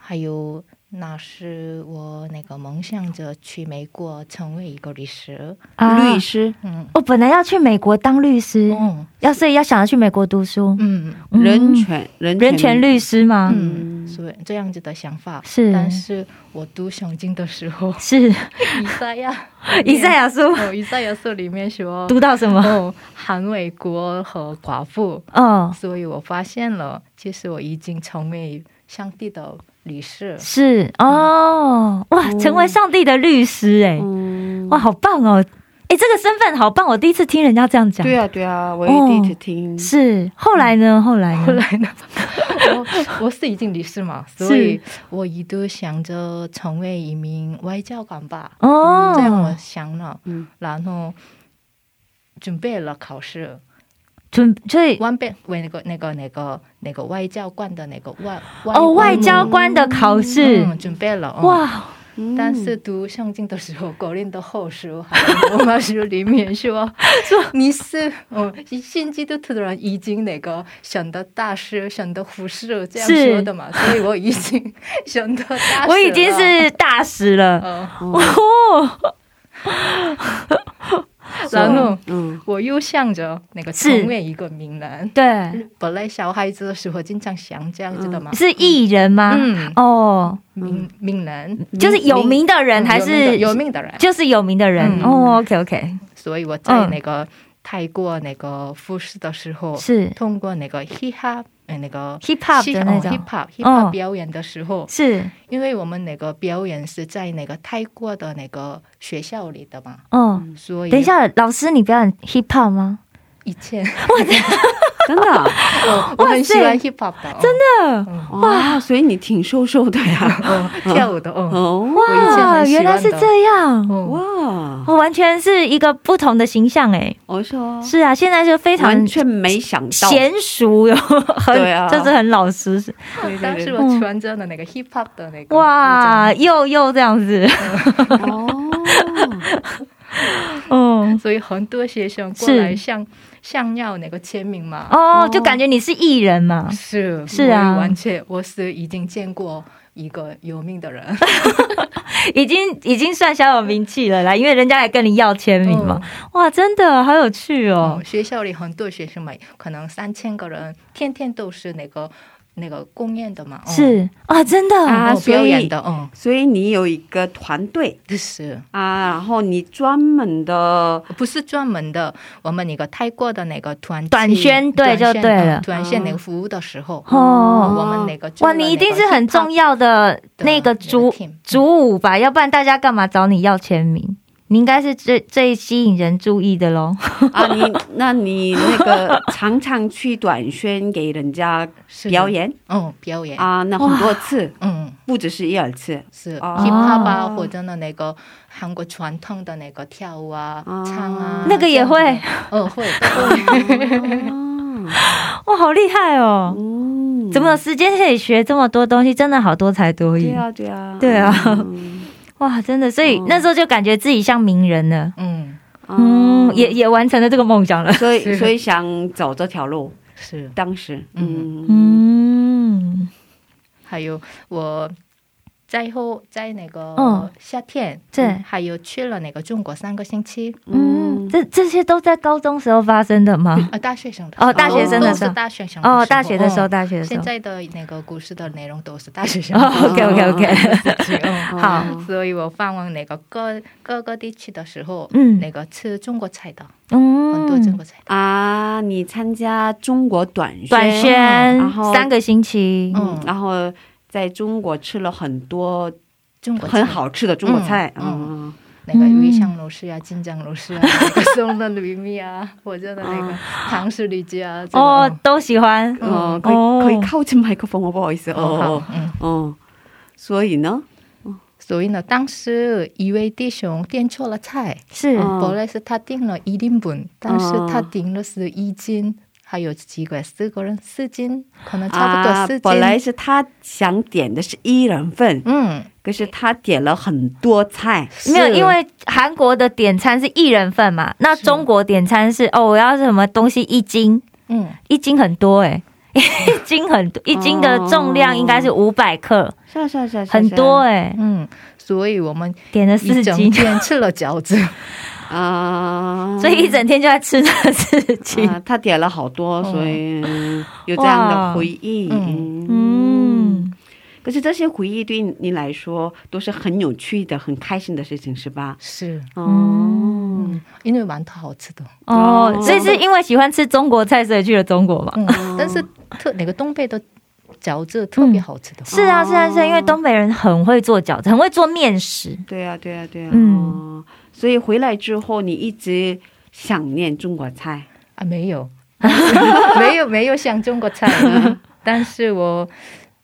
F: 还有那是我那个梦想着去美国成为一个律师。
B: 律师，哦
F: 嗯
C: 我啊哦本来要去美国当律师，
F: 嗯
C: 要所以要想要去美国读书，
F: 嗯。
C: 嗯
B: 人权人
C: 人权律师吗？
F: 嗯，所以这样子的想法
C: 是，
F: 但是我读圣经的时候
C: 是，
F: 以赛亚
C: *laughs* 以赛亚书
F: 哦，以赛亚书里面说，
C: 读到什么？
F: 哦，韩伟国和寡妇，
C: 哦，
F: 所以我发现了，其实我已经成为上帝的律师。
C: 是
F: 嗯
C: 哦，哇，成为上帝的律师哎、
B: 嗯，
C: 哇，好棒哦！哎，这个身份好棒，我第一次听人家这样讲。
B: 对啊对啊，我也第一次听，
C: 哦是后来呢？后来呢？
F: 嗯后来呢，我我 *laughs* 是已经律师嘛，所以我一度想着成为一名外交官吧。
C: 哦，
F: 这样我想了，
B: 嗯
F: 然后准备了考试，
C: 准所以
F: 外边为那个那个那个那个外交官的那个外外
C: 哦，外交官的考试，
F: 嗯准备了、嗯、！
C: 哇，
B: 嗯
F: 但是读圣经的时候，《国林的后书》还有《罗马书》里面
C: *laughs*
F: 说说你是哦，信基督徒的人已经那个选的大师、选的护士这样
C: 是
F: 说的嘛，所以我已经选的大师了，
C: 我已经是大使了。
F: 嗯，
C: 哦，啊
F: 然后
B: 嗯
F: 我又向着那个
C: 是
F: 成为一个名人，
C: 对，
F: 本来小孩子的时候经常想这样子的嘛，
C: 是艺人吗？
F: 嗯
C: 哦，
F: 名名人
C: 就是有名的人，
F: 嗯
C: 还
F: 有名的
C: 是
F: 有名的人，
C: 就是有名的人？
F: 嗯
C: 哦，OK OK，
F: 所以我在那个泰国那个复试的时候，
C: 是
F: 通过那个 hip hop 呃那个
C: Hip hop
F: 嘻
C: 的那种
F: 哦 hip hop hip
C: 嗯
F: hop 表演的时候，
C: 是，
F: 因为我们那个表演是在那个泰国的那个学校里的嘛，
C: 哦。
F: 所以
C: 等一下，老师，你表演 hip hop 吗？
F: 以
C: *laughs*
F: 前
B: 真的啊
F: *laughs* 我我很喜欢 hip hop 的，哦真
C: 哦
B: 哇，所以你挺瘦瘦的
C: *laughs*
B: 呀，
F: 的跳舞的哦，
B: 哦
F: 我以前
C: 哇，
F: 很喜
C: 原
F: 欢的
C: 来是这样，
F: 哦
B: 哇，
C: 我完全是一个不同的形象哎。
B: 我说
C: 是啊，现在就非
B: 哦
C: 常
B: 完全没想到，
C: 娴熟哟，很
B: 对啊
C: 就是很老实。
B: 对
F: 当
B: 对
F: 时
B: 对，
F: 我穿着的那个 hip hop 的那个
C: 哇，又又这样子，
B: 哦，
C: 嗯，
F: 所以很多学生过
C: 是
F: 来想想要那个签名嘛。
C: 哦，就感觉你是艺人嘛，
F: 是
C: 是啊
F: 我完全我是已经见过一个有名的
C: *laughs*
F: 人，
C: 已经已经算小有名气了啦，因为人家来跟你要签名嘛。哇，真的好有趣哦
F: 哦，，学校里很多学生嘛，可能三千个人，天天都是那个那个公演的嘛，哦、
C: 是啊，真的
F: 哦
B: 啊所以
F: 表演的，嗯，
B: 所以你有一个团队
F: 就是。
B: 啊，然后你专门的
F: 不是专门的，我们那个泰国的那个团
C: 短宣队
F: 队
C: 就对了
F: 短宣那个服务的时候，
C: 哦
F: 我们那个
C: 哇，你一定是很重要的那个主
F: 那个 team
C: 主舞吧，要不然大家干嘛找你要签名？你应该是最最吸引人注意的喽。
B: 啊，
C: *laughs*
B: 你那你那个常常去短宣给人家
F: 是
B: 表，演
F: 嗯，表演，
B: 啊，那很多次，
F: 嗯。
B: 不只是一两次，
F: 是
B: 哦
F: hip hop 啊，或者呢那个韩国传统的那个跳舞啊、
B: 哦
F: 唱啊，
C: 那个也会
F: 这样子的，嗯，会，都会。
B: 哦
C: 哇，好厉害哦！
B: 嗯，
C: 怎么有时间可以学这么多东西？真的好多才多艺
B: 对，啊，对啊，
C: 对啊
B: 嗯
C: 哇，真的，所以
B: 哦
C: 那时候就感觉自己像名人了，
F: 嗯，
C: 嗯，也也完成了这个梦想了，
B: 所以
F: 是
B: 所以想走这条路，
F: 是。
B: 当时，嗯
C: 嗯，
F: 还有我在后在那个
C: 嗯
F: 夏天，
C: 对
F: 嗯还有去了那个中国三个星期，
C: 嗯，这这些都在高中时候发生的吗？
F: 呃，大学生的
C: 哦大
B: 学生的
F: 都
C: 时候
F: 是大学生
C: 哦，大学的时候，
F: 嗯
C: 大学的时
F: 现
C: 候。
F: 在嗯的那个故事的内容都是大学生
C: *laughs*
F: 的
C: 哦，OK，OK，OK、
F: 事情。嗯
B: 啊
C: 好
F: 所以我访问那个各各个地区的时候，
C: 嗯
F: 那个吃中国菜的，
C: 嗯，
F: 很多中国菜的，
B: 啊，你参加中国短宣
C: 短宣
B: 然后
C: 三个星期，
B: 嗯
F: 嗯，
B: 然后在中国吃了很多
F: 中国菜
B: 很，好吃的中国菜，嗯
F: 嗯那个鱼香肉丝啊，金酱肉
B: *laughs*
F: 丝啊，那个松的驴蜜啊，或者的那个糖醋里脊啊，这
C: 哦
F: 种，
C: 都喜欢，
F: 嗯
B: 哦，可
C: 哦
B: 以可以靠近麦克风吗？不好意思，
F: 哦
B: 哦
F: 好，嗯。
B: 哦，所以呢，
F: 所以呢，当时一位弟兄点错了菜，
C: 是
B: 嗯
F: 本来是他订了一定本，但是他订了是一斤，还有几个四个人四斤，可能差不多
B: 啊
F: 四斤。，
B: 本来是他想点的是一人份，
F: 嗯，
B: 可是他点了很多菜，
C: 没有，
F: 是
C: 因为韩国的点餐是一人份嘛，那中国点餐是哦，我要什么东西一斤，
F: 嗯
C: 一斤很多哎、 *laughs* 一斤很多，一斤的重量应该是五百克，
B: 是啊是啊是啊是啊
C: 很多哎、
F: 嗯，所以我们
C: 点了
F: 一
C: 四
F: 整
C: 斤，
F: 天吃了饺子， *laughs*
B: 啊，
C: *laughs* 所以一整天就在吃那四斤。
B: 啊，他点了好多，
F: 嗯
B: 所以有这样的回忆。
F: 哇
B: 嗯
C: 嗯，
B: 可是这些回忆对你来说都是很有趣的、很开心的事情，是吧？
F: 是
B: 哦，
F: 因为馒头好吃的。
C: 哦
B: 哦，
C: 所以是因为喜欢吃中国菜，所以去了中国嘛。
F: 嗯，但是特那个东北的饺子特别好吃的。
B: 嗯
C: 是啊，是啊，是啊，因为东北人很会做饺子，很会做面食。
B: 对呀、对呀、对呀、
C: 嗯
B: 哦所以回来之后，你一直想念中国菜。
F: 啊，没有， *laughs* 没有没有像中国
B: *laughs*
F: 菜，但是我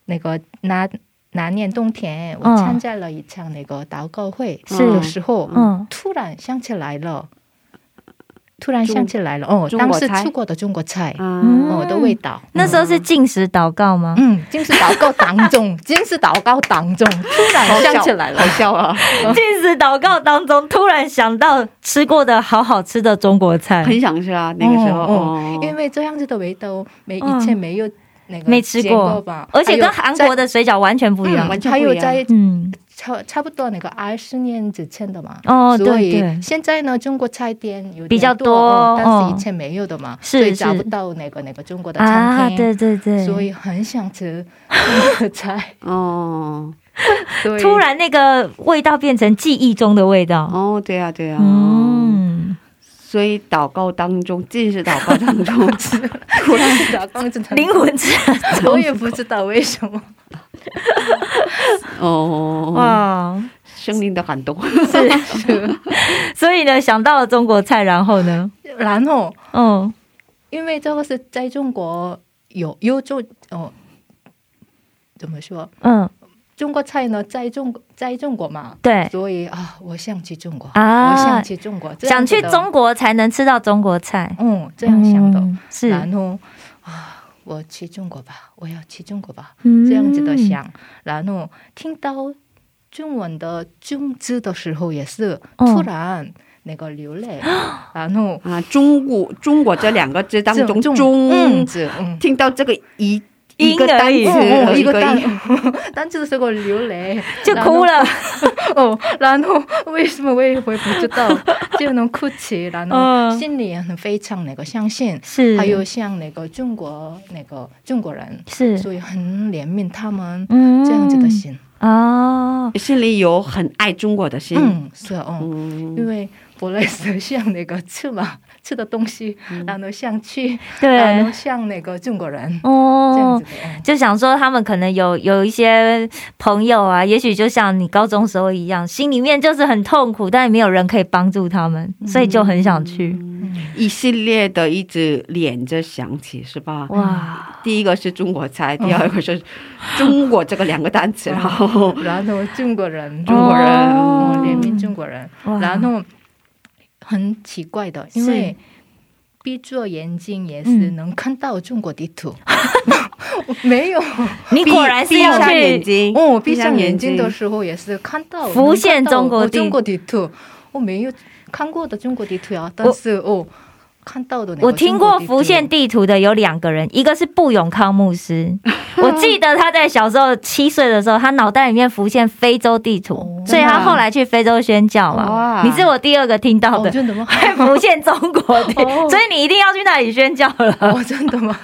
F: 那个哪哪年冬天，我
C: 嗯
F: 参加了一场那个祷告会
C: 是
F: 的时候，
C: 嗯
F: 突然想起来了，突然想起来了，哦，
B: 中
F: 当
B: 国
F: 时
B: 菜
F: 吃过的中国菜，
B: 嗯，
F: 哦的味道。
C: 那时候是进食祷告吗？
F: 嗯，就是祷告当中， *laughs* 就是祷告当中，突然想起来了
B: 好，笑啊，
C: *laughs* 进食祷告当中，突然想到吃过的好好吃的中国菜，
B: 很想吃啊，那个时候，
F: 哦
B: 哦，
F: 因为这样子的味道没
C: 嗯
F: 以前没有那个
C: 没吃
F: 见过
C: 过
F: 吧，，
C: 而且
F: 还有
C: 跟韩国的水饺完全不一样
B: 嗯。完全
F: 还
B: 不
F: 有
B: 一样，
F: 在
C: 嗯，
F: 差差不多那个二十年之前的嘛。
C: 哦，
F: 所
C: 对
F: 以
C: 对，
F: 现在呢，中国菜店有点
C: 比较
F: 多，
C: 多
F: 哦但
C: 哦
F: 是以前没有的嘛，
C: 是
F: 所以找
C: 是
F: 不到那个那个中国的
C: 啊，
F: 餐厅，
C: 对对对，
F: 所以很想吃中国菜
C: *laughs*
B: 哦，
F: 所以
C: 突
F: *laughs*
C: 然那个味道变成记忆中的味道。
B: 哦，对呀、对呀、哦，
C: 嗯，
B: 所以祷告当中，尽是祷告当中，
F: 突然找光子
C: 灵，魂之
F: 我也不知道为什么，嗯
B: 哦，
C: *laughs* 哇，
B: 生命的感动。
C: 所以呢，想到了中国菜，然后呢，
F: 然后
C: 嗯，
F: 因为这个是在中国有有中哦，怎么说？
C: 嗯，
F: 中国菜呢，在中国在中国嘛，
C: 对
F: 所以啊，我想去中国，
C: 啊
F: 我想去中国，这样
C: 想
F: 子
C: 去
F: 的
C: 中国才能吃到中国菜，
F: 嗯，这样想的。
C: 嗯是
F: 然后啊，我去中国吧，我要去中国吧，
C: 嗯
F: 这样子的想。然后听到中文的中字的时候，也是
C: 嗯
F: 突然那个流
C: *gasps*
F: 泪，然
B: *laughs*
F: 后
B: 啊，中国中国这两个字当中，
F: 中
B: 中
F: 嗯字
C: *laughs*
F: 嗯。
B: 听到这个一
C: 音
B: 一个单
C: 而已
B: 词
C: 嗯
F: 哦哦，
B: 和
F: 一个单 *laughs*
B: 音，
F: 单字的时候流泪，
C: *laughs* 就哭了，
F: 哦，然后为什么我也我也不知道，就能哭泣，然后
C: 嗯
F: 心里很非常那个相信，
C: 是
F: 还有像那个中国那个中国人，
C: 是
F: 所以很怜悯他们
C: 嗯
F: 这样子的心。
C: 哦，
B: 心里有很爱中国的心。
F: 嗯，是啊，嗯，
B: 嗯
F: 因为本来 *laughs* 是像那个吃嘛吃的东西，然后像去，
C: 네.
F: 然后
C: 对，
F: 像那个中国人这样
C: 哦
F: 子。的。嗯
C: 就想说，他们可能有有一些朋友啊，也许就像你高中时候一样，心里面就是很痛苦，但也没有人可以帮助他们，所以就很想去。
F: 음.
B: 一系列的一直连着想起是吧？
C: 哇，
B: 第一个是中国菜，
C: 嗯
B: 第二个是中国这个两个单词，
F: 嗯
B: 然后
F: 然后中国人，
B: 中国人
C: 哦
F: 哦
C: 啊
F: 怜悯中国人，
C: 哇
F: 然后很奇怪的，因为闭着眼睛也
C: 嗯
F: 是能看到中国地图， *laughs* 没有，
C: 你果然是
B: 闭
C: 要嗯
B: 上眼
C: 去
B: 睛，
F: 我闭上眼睛的时候也是看到
C: 浮现中国地
F: 地中国地图，我没有看过的中国地图啊，但是哦，看到的那个
C: 我听过
F: 中
C: 浮
F: 国地图
C: 现地图的有两个人，一个是布永康牧师，我记得他在小时候七岁的时候，他脑袋里面浮现非洲地图，
F: 哦
C: 所以他后来去非洲宣教嘛
B: 哇。
C: 你是我第二个听到
F: 哦，
C: 的。
F: 真的吗？ *laughs*
C: 还 *laughs* 浮现中国地，所以你一定要去那里宣教了。
F: 哦，真的
C: *laughs*
F: 吗？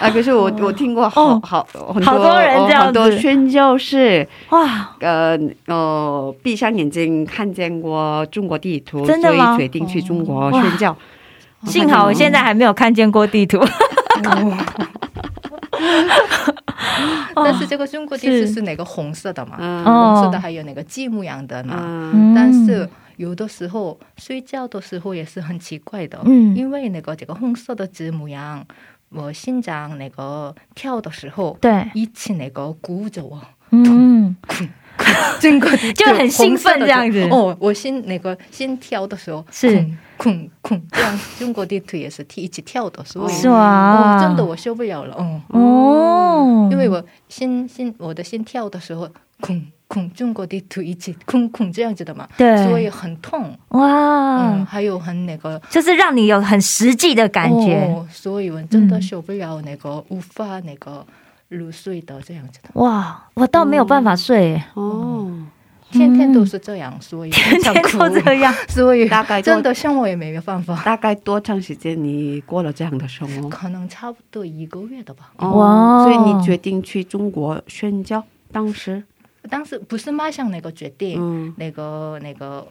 B: 啊，可是我我听过好
C: 哦
B: 好很
C: 好多人
B: 哦
C: 这样
B: 很多
C: 子
B: 宣教士
C: 哇，
B: 呃呃闭上眼睛看见过中国地图，
C: 真的吗哦
B: 所以决定去中国
C: 哇
B: 宣教。嗯
C: 幸好我现在还没有看见过地图。
F: 但是这个中国地
C: 哦是
F: 图是那个红色的嘛，
B: 嗯
F: 红色的
C: 哦，
F: 还有那个积木样的嘛。
B: 嗯
C: 嗯
F: 但是有的时候睡觉的时候也是很奇怪的，哦
C: 嗯
F: 因为那个这个红色的字母样，我心脏那个跳的时候，
C: *laughs* 对，
F: 一起那个鼓着我， *laughs*
C: 嗯，
F: 整个就
C: 就很兴奋这样子
F: 哦，我心那个心跳的时候
C: 是
F: 空空空，这样中国地图也是一起跳的，所以
C: 是
F: 哦
C: 吗？，
F: 真的我受不了了，哦，
C: 哦，
F: 因为我心心我的心跳的时候空。空中国地图一起空空这样子的嘛，
C: 对
F: 所以很痛，
C: 哇，
F: 嗯，还有很那个
C: 就是让你有很实际的感觉。
F: 哦，所以我真的
C: 嗯
F: 受不了那个、无法那个入睡的这样子的，
C: 哇，我倒没有办法睡，
B: 哦，
F: 天天都是这样，所以天
C: 天嗯天都这，样。
F: 所以
B: 大概多
F: 真的像我也没有办法，
B: 大概多长时间你过了这样的生活？
F: 可能差不多一个月的吧。
C: 哇
B: 哦，所以你决定去中国宣教，当时
F: 当时不是马上那个决定，
B: 嗯
F: 那个那个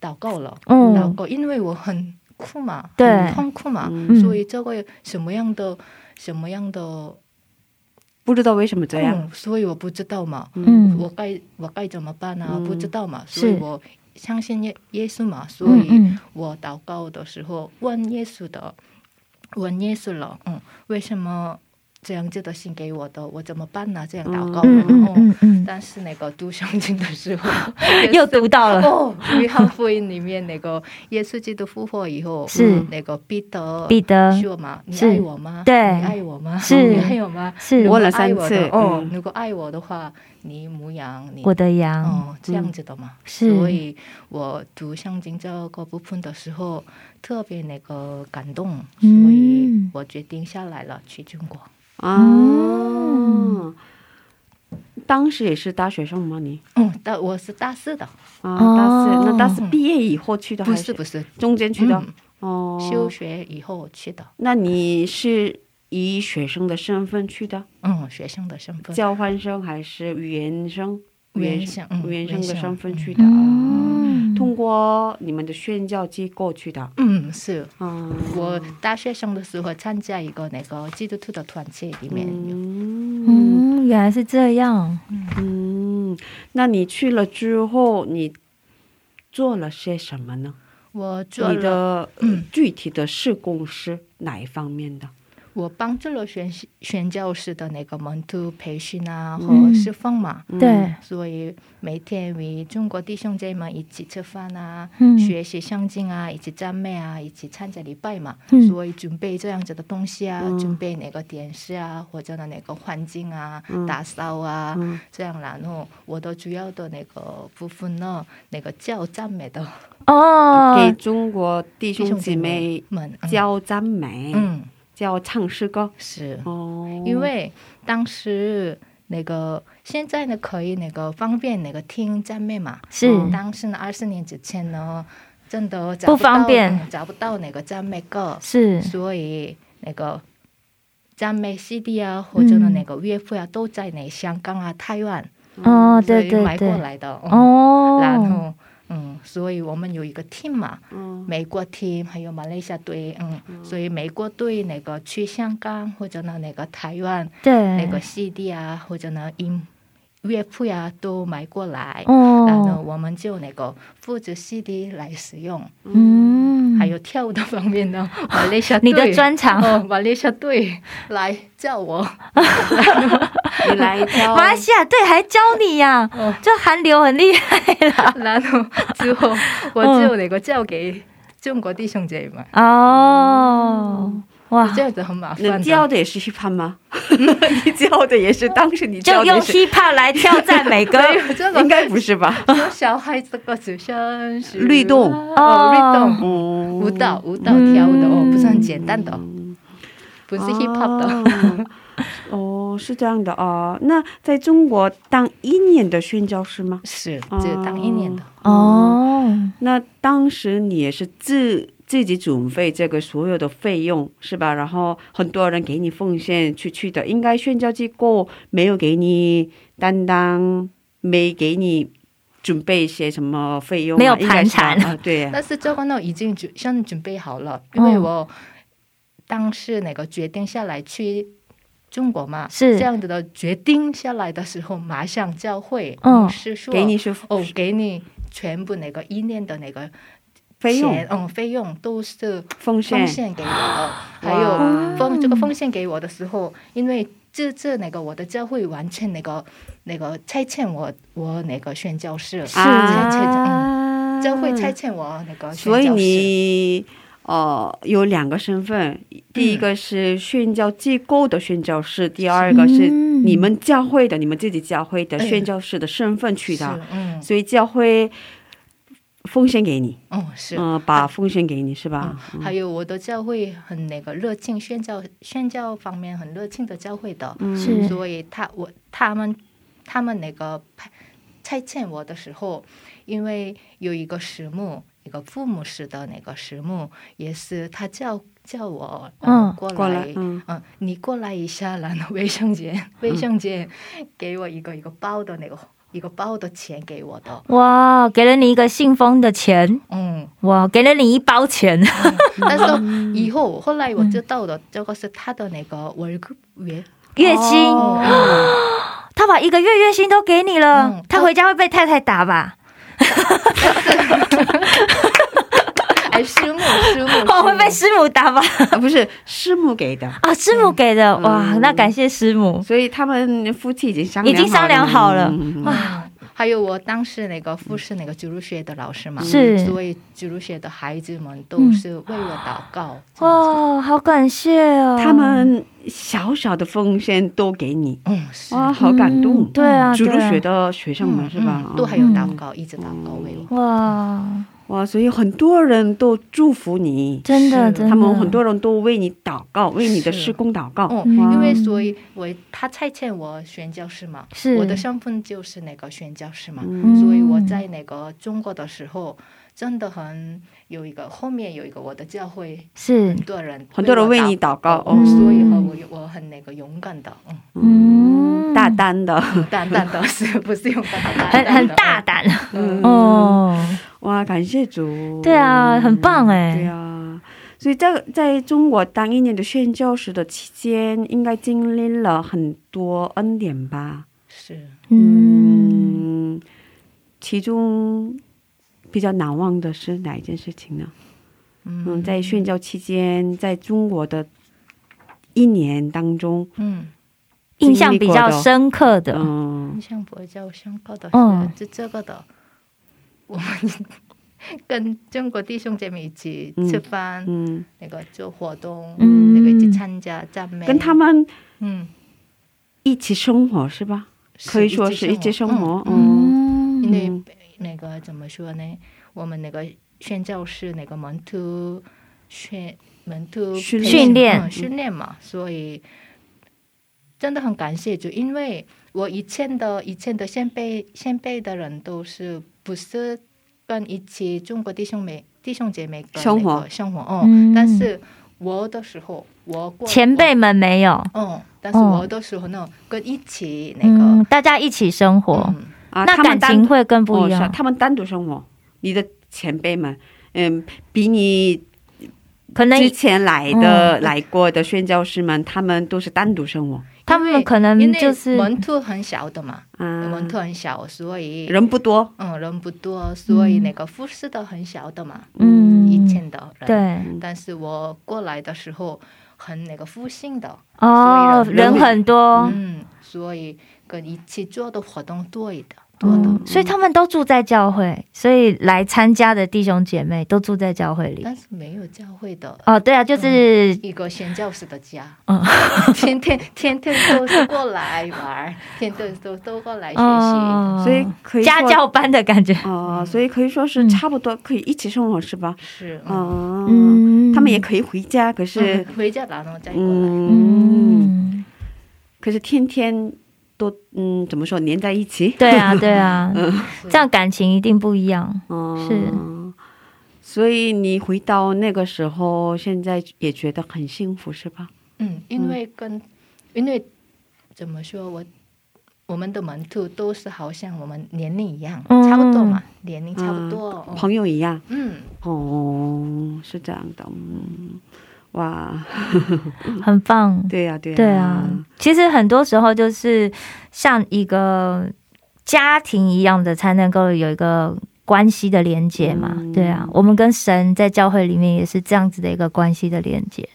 F: 祷告了，
C: 嗯
F: 祷告，因为我很苦嘛，
C: 对
F: 很痛苦嘛，
B: 嗯
C: 嗯
F: 所以这个什么样的什么样的
B: 不知道为什么这样，
F: 嗯，所以我不知道嘛，
C: 嗯
F: 我该我该怎么办啊？
B: 嗯
F: 不知道嘛，
C: 是
F: 所以我相信耶耶稣嘛，所
C: 嗯
F: 以
C: 嗯，
F: 我祷告的时候问耶稣的，问耶稣了，嗯，为什么这样子的信给我的，我怎么办呢、这样祷告，
C: 嗯嗯嗯嗯，
F: 哦但是那个读圣经的时候
C: *laughs* 又读到了
F: *laughs* 哦，约翰福音里面那个耶稣基督复活以后，嗯
C: 是
F: 那个彼得
C: 彼得
F: 说嘛，你
C: 是
F: 爱我吗？
C: 对
F: 你爱我吗？
C: 是
F: *laughs* 你爱我吗？
C: 是
F: 如果
B: 问了三
F: 爱我的
B: 次
F: 哦
B: 嗯，
F: 如果爱我的话，你母羊你
C: 我的羊，
B: 嗯
F: 哦，这样子的嘛。
C: 是
F: 所以我读圣经这个部分的时候，特别那个感动，所
C: 嗯
F: 以我决定下来了，去中国。
B: 啊。
C: 嗯
B: 当时也是大学生吗？你
F: 嗯，但我是大四的，
B: 啊，
C: 哦
B: 大四那大四毕业以后去的，
F: 不
B: 还
F: 是不是，
B: 中间去的？
F: 嗯
B: 哦，
F: 休学以后去的。
B: 那你是以学生的身份去的，
F: 嗯，学生的身份。
B: 交换生还是语言生？
F: 语言生嗯
B: 语言生的身份去的，
C: 嗯，
B: 通过你们的宣教机构去的。
F: 嗯，是
B: 啊，
F: 我大学生的时候参加一个那个基督徒的团体里面有。
B: 嗯
C: 嗯，原来是这样。
B: 嗯，那你去了之后，你做了些什么呢？
F: 我做
B: 你
F: 了，嗯
B: 的、呃具体的事工是哪一方面的？
F: 我帮助了宣宣教师的那个门徒培训啊和
C: 嗯
F: 释放嘛，
C: 对，
F: 所以每天与中国弟兄姐妹一起吃饭啊，
C: 嗯
F: 学习圣经啊，一起赞美啊，一起参加礼拜嘛，
C: 嗯
F: 所以准备这样子的东西啊，
B: 嗯
F: 准备那个电视啊，或者呢那个环境啊，打扫啊，
B: 嗯
F: 这样然后我的主要的那个部分呢，那个教赞美的
B: 给
C: 哦，
B: 中国弟
F: 呃弟
B: 兄
F: 兄
B: 姐
F: 姐
B: 妹
F: 妹们，嗯
B: 教赞美，
F: 嗯
B: 教唱诗歌。
F: 是，
B: 哦，
F: 因为当时那个现在呢可以那个方便那个听赞美嘛，
C: 是
F: 当时呢二十年之前呢，真的找
C: 嗯不
F: 到
C: 方便
F: 嗯找不到那个赞美歌，
C: 是
F: 所以那个赞美 CD 啊，或者呢
C: 嗯
F: 那个乐谱啊，都在那香港啊、台湾，
C: 哦，对
F: 所以
C: 对
F: 买过
C: 对，
F: 来的，嗯
C: 哦，
F: 然后。嗯，所以我们有一个 team 嘛，
B: 嗯
F: 美国 team 还有马来西亚队，嗯，所以美国队那个去香港或者呢那个台湾，
C: 对
F: 那个 CD 啊，或者呢音乐谱呀、都买过来，然后
C: 哦，
F: 我们就那个复制 CD 来使用，
C: 嗯，
F: 还有跳舞的 *laughs* 方面呢，马来西亚
C: 你的
F: 队
C: 专长
F: 哦，马来西亚队来叫
C: *laughs*
F: 我， *laughs*
B: 你来教
C: 马来西亚对还教你呀、
F: 哦
C: *laughs* 这韩流很厉害啦，
F: 然后之后我就那个交给中国弟兄姐妹
C: 嗯
F: 嘛，
C: 哦，
F: 嗯
C: 哇，
F: 这样子很麻
B: 那
F: 烦
B: 教
F: 的。
B: 的也是 hiphop 吗？ *laughs* 你教的也是当时你教
C: 就
B: 的
C: 用
B: 是
C: hiphop 来挑战每个
F: *laughs* 这
B: 应
F: 个
B: 该不是
F: *laughs*
B: 吧？
F: 有小孩这个只像是
B: 律动
F: 哦，律动
B: 哦
F: 舞蹈舞蹈跳的
C: 嗯
F: 哦，不是很简单的，不是 hip hop 的。
C: 哦
B: 的。 *laughs* 哦，是这样的哦。那在中国当一年的宣教师吗？
F: 是只当一年的，
C: 哦，
B: 那当时你也是自自己准备这个所有的费用是吧？然后很多人给你奉献去去的，应该宣教机构没有给你担当，没给你准备一些什么费用啊，
C: 没有
B: 应该是吧
C: 盘缠
B: 啊，对呀、
F: 但是这个呢已经准先准备好了，
C: 哦
F: 因为我当时那个决定下来去中国嘛，
C: 是
F: 这样子的决定下来的时候，马上教会
C: 嗯
F: 牧师说
B: 给你是
F: 哦，给你全部那个一年的那个
B: 费用
F: 钱嗯，费用都是
B: 奉献啊哦
F: 奉献给我的，还有奉这个奉献给我的时候，因为这这那个我的教会完全那个那个拆迁我我那个宣教室，
C: 是
F: 拆迁嗯
B: 啊，
F: 教会拆迁我那个宣
B: 所以
F: 教室
B: 你呃有两个身份，第一
F: 嗯
B: 个是宣教机构的宣教士，第二个是
C: 嗯
B: 你们教会的、你们自己教会的
F: 哎
B: 宣教士的身份去的，
F: 是嗯
B: 所以教会奉献给你，
F: 嗯是。
B: 嗯、把奉献给你是吧？
F: 嗯还有我的教会很那个热情，宣教宣教方面很热情的教会的，
C: 是
F: 所以他我他们他们那个派拆迁我的时候，因为有一个石木，一个父母式的那个石木，也是他叫叫我呃
C: 嗯
F: 过来。呃
B: 过来嗯
F: 你过来一下，然后卫生间，卫生间给我一个一个包的那个一个包的钱给我的，
C: 哇，给了你一个信封的钱，
F: 嗯，
C: 哇，给了你一包钱，
F: 哦但是以后后来我知道的，这个是他的那个월급月，
C: 月薪，
B: 哦
C: *gasps* 他把一个月月薪都给你了，
F: 嗯
C: 他回家会被太太打吧？
F: 哎，师母师母，师
C: 哦，
F: 母
C: 会被师母打吧？
B: 啊 *laughs* 不是师母给的，
C: 啊，师母给
B: 嗯
C: 的，哇，那感谢师母，
B: 所以他们夫妻已经商
C: 已
B: 量
C: 经商量好了哦
B: 嗯嗯嗯
C: 哇，
F: 还有我当时那个复试那个基督学的老师
B: 嗯
F: 嘛，
C: 是
F: 所以基督学的孩子们都是为我祷告。
C: 哇，好感谢哦，
B: 他们小小的奉献都给你，
F: 嗯，是，
B: 哇，好感动。
C: 嗯对啊，
B: 主
C: 对
B: 日
C: 啊
B: 学的学生们、
F: 嗯
B: 是吧？
F: 嗯都还有祷告，一直祷告为我。
C: 哇，
B: 哇，所以很多人都祝福你，
C: 真的，
F: 是
C: 真的，
B: 他们很多人都为你祷告，为你的
F: 是
B: 施工祷告。
F: 哦，
C: 嗯
F: 因为所以我他差遣我宣教师嘛，
C: 是
F: 我的身份就是那个宣教师嘛，
B: 嗯
F: 所以我在那个中国的时候，真的很有一个后面有一个我的教会，
C: 是
F: 很，多人
B: 很多人为你祷告
F: 嗯
B: 哦
F: 所以和我我很那个勇敢的，嗯，
C: 嗯，
B: 大胆的，
F: 淡淡的是不是勇敢的，
C: 很很大
F: 胆
C: 胆
F: 的，嗯。
C: 哦，
B: 哇，感谢主。
C: 对啊，很棒哎，
B: 对啊。所以在在中国当一年的宣教师的期间，应该经历了很多恩典吧？
F: 是，
C: 嗯。
B: 嗯，其中比较难忘的是哪一件事情呢？嗯，在宣教期间，在中国的一年当中，
F: 嗯，
C: 印象比较深刻的，
B: 嗯
F: 印，象比较深刻的
C: 嗯
F: 是，就这个的，我们跟中国弟兄姐妹一起吃饭，
B: 嗯，
F: 那个做活动，
C: 嗯
F: 那个一起参加赞美，
B: 跟他，们
F: 嗯，
B: 一起生活是吧？
F: 是
B: 可以说是一起生活，嗯，
C: 嗯
F: 嗯因为那个怎么说呢？我们那个宣教是那个门徒训门徒
B: 训
F: 培
C: 训练
F: 嗯训练嘛，所以真的很感谢主，因为我以前的以前的先辈先辈的人都是不是跟一起中国弟兄妹弟兄姐妹的
B: 生活
F: 那个生活哦、
C: 嗯
F: 但是我的时候我过
C: 前辈们没有，
F: 嗯，但是
C: 哦
F: 我的时候呢，跟一起那
C: 嗯
F: 个，
C: 大家一起生活，
F: 嗯
B: 啊，他
C: 那
B: 们
C: 感
B: 单
C: 情
B: 独
C: 会更不一
B: 哦是
C: 样。
B: 他们单独生活，你的前辈们，嗯，比你
C: 可能
B: 之前来
C: 嗯
B: 的、来过的宣教师们，他们都是单独生活
C: 他
F: 因为
C: 们可能
F: 因为
C: 就是
F: 门徒很小的嘛，
C: 嗯
B: 啊
F: 门，徒很小，所以
B: 人不多，
F: 嗯人不多，所以那个服侍的很小的嘛，
C: 嗯
F: 以前的人。
C: 对
F: 但是我过来的时候很那个复兴的，
C: 哦，
F: 所以
C: 人
F: 人
C: 很多
F: 嗯，所以跟一起做的活动多一点。多的。
C: 嗯所以他们都住在教会，所以来参加的弟兄姐妹都住在教会里。
F: 但是没有教会的
C: 哦，对啊，就是
F: 一个宣教士的家，
C: 嗯
F: *laughs* 天天天天都是过来玩，天天都都过嗯来学习。
C: 哦，
B: 所以可以说
C: 家教嗯班的感觉。
B: 哦、所以可以说是差不多可以一起生活是吧？
F: 是，嗯，
B: 哦、
C: 嗯
B: 他们也可以回家，可是
F: 嗯回家然后再过来。
B: 嗯，
C: 嗯，
B: 可是天天都嗯怎么说黏在一起？
C: 对啊，对啊，
F: 是
C: 这样感情一定不一样。
B: 嗯，是。所以你回到那个时候，现在也觉得很幸福是吧？
F: 嗯，因为跟、因为怎么说，我我们的门徒都是好像我们年龄一样，
C: 嗯
F: 差不多嘛，年龄差不多。哦
B: 朋友一样
F: 嗯，
B: 哦，是这样的，嗯，哇，
C: 很棒。
B: 对呀、对呀、
C: 对啊，其实很多时候就是像一个家庭一样的，才能够有一个关系的连接嘛。
B: 嗯
C: 对啊，我们跟神在教会里面也是这样子的一个关系的连接。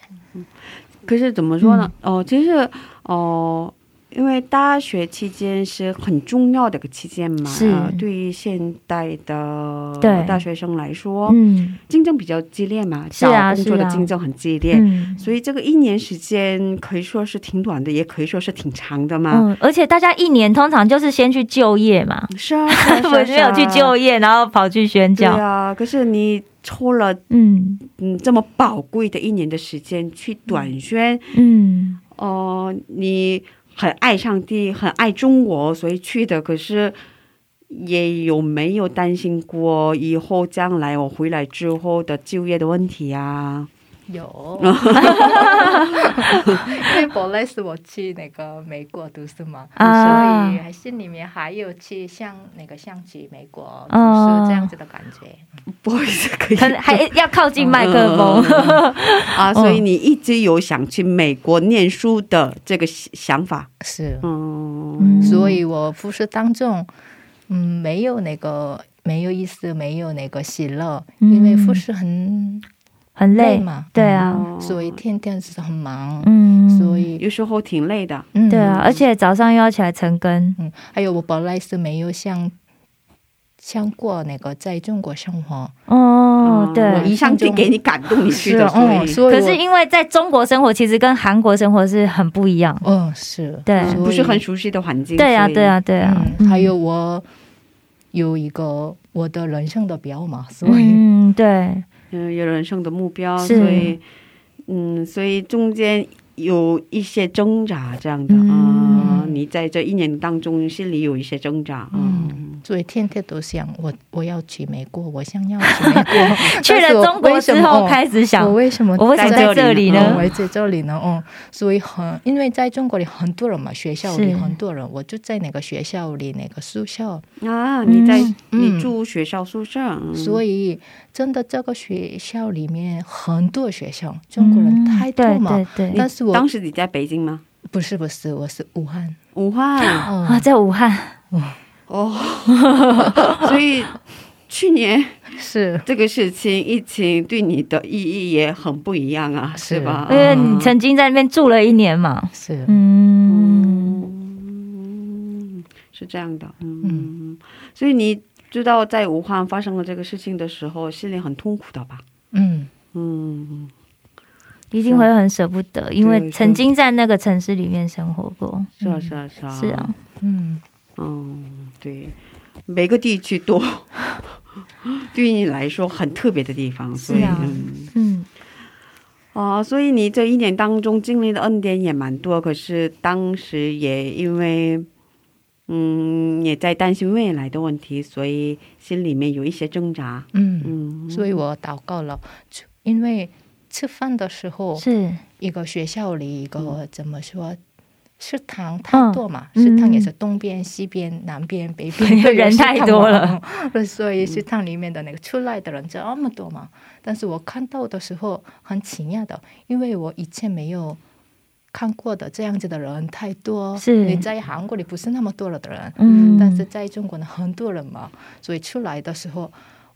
B: 可是怎么说呢？
C: 嗯
B: 哦，其实哦。因为大学期间是很重要的一个期间嘛，
C: 是
B: 呃对于现代的
C: 对
B: 大学生来说，
C: 嗯
B: 竞争比较激烈嘛，
C: 是
B: 找
C: 啊
B: 工作
C: 是
B: 的
C: 啊
B: 竞争很激烈，
C: 嗯
B: 所以这个一年时间可以说是挺短的，也可以说是挺长的嘛。
C: 嗯，而且大家一年通常就是先去就业
B: *laughs*
C: 嘛，
B: 是啊，是啊是
C: 我 *laughs*
B: 啊
C: 没有去就业，然后跑去宣
B: 对
C: 教。
B: 啊，可是你抽了
C: 嗯
B: 嗯这么宝贵的一年的时间去短宣，
C: 嗯，
B: 哦、你很爱上帝，很爱中国，所以去的。可是也有没有担心过以后将来我回来之后的就业的问题啊？
F: *laughs* 有，因为本来是我去那个美国读书嘛，
C: 啊
F: 所以还心里面还有去像那个像去美国读
C: 哦
F: 书这样子的感觉。
B: 不好意思，可以
C: 可能还要靠近麦克
B: 嗯
C: 风。
B: 啊，所以你一直有想去美国念书的这个想法，
F: 是，
B: 嗯，
F: 所以我服饰当中，嗯，没有那个没有意思，没有那个喜乐，
C: 嗯
F: 因为服饰很
C: 很累
F: 累嘛
C: 对啊，
B: 哦
F: 嗯所以天天是很忙，
C: 嗯，
F: 所以
B: 有时候挺累的。
F: 嗯，
C: 对啊，而且早上又要起来晨更，
F: 嗯，还有我本来是没有像像过那个在中国生活，
C: 哦，
B: 嗯我
C: 对。
B: 一上帝给你感动你去的，
F: 是
B: 所以
F: 哦，所以
C: 可
F: 嗯我
C: 是因为在中国生活，其实跟韩国生活是很不一样。
F: 哦是，
C: 对
F: 所以
B: 嗯不是很熟悉的环境。
C: 对呀、啊
B: 所以
C: 对呀、，对呀、
F: 嗯，还有我有一个我的人生的表嘛，所以
C: 嗯，对，
B: 嗯，有人生的目标，
C: 是，
B: 所以，嗯，所以中间有一些挣扎这样的啊、
F: 嗯
B: 你在这一年当中心里有一些挣扎啊、
F: 嗯，所以天天都想我我要去美国，我想要去美国
C: *laughs* 去了中国之后开始
F: 始
C: 想，
F: 哦我
C: 我
F: 为什么
C: 为什么在这里
F: 哦
C: 呢
F: 我？在这里呢，哦，所以很，因为在中国里很多人嘛，学校里
C: 是
F: 很多人，我就在那个学校里那个宿舍，
B: 啊！你在、
F: 嗯
B: 你住学校宿舍，嗯
F: 所以真的这个学校里面很多学生，中国人太多嘛。
C: 嗯对对对
F: 但是我
B: 当时你在北京吗？
F: 不是不是，我是武汉，
B: 武
F: *laughs*
B: 汉
F: 嗯、
C: 啊，在武汉，
B: 哦，所以去年
F: 是
B: 这个事情疫情对你的意义也很不一样啊，
F: 是
B: 是吧？
C: 因为你曾经在那边住了一年嘛，
F: 是，
C: 嗯，
B: 嗯，是这样的，嗯，所以你知道在武汉发生了这个事情的时候，心里很痛苦的吧？
F: 嗯，
B: 嗯，
C: 一定会很舍不得，因为曾经在那个城市里面生活过，
B: 是啊，是啊，是啊，
C: 是啊，，
F: 嗯，
B: 嗯，对，每个地区都 *laughs* 对于你来说很特别的地方，所以，
C: 是啊
B: 嗯，
C: 嗯，
B: 哦，所以你这一年当中经历的恩典也蛮多，可是当时也因为，嗯，也在担心未来的问题，所以心里面有一些挣扎，
F: 嗯，
B: 嗯，
F: 所以我祷告了，就因为吃饭的时候，
C: 是，
F: 一个学校里一个怎么说？食堂
C: 嗯
F: 太多嘛，
C: 嗯
F: 食堂也是东边、西边、南边、北
C: *laughs*
F: 边都有
C: 人
F: 食
C: 太
F: 堂
C: 多
F: 嘛
C: 了，
F: 嗯 *laughs* 所以食堂里面的那个出来的人这么多嘛。但是我看到的时候很惊讶的，因为我以前没有看过的这样子的人太多。
C: 是
F: 你在韩国里不是那么多了的人，
C: 嗯
F: 但是在中国呢很多人嘛， *laughs* 所以出来的时候。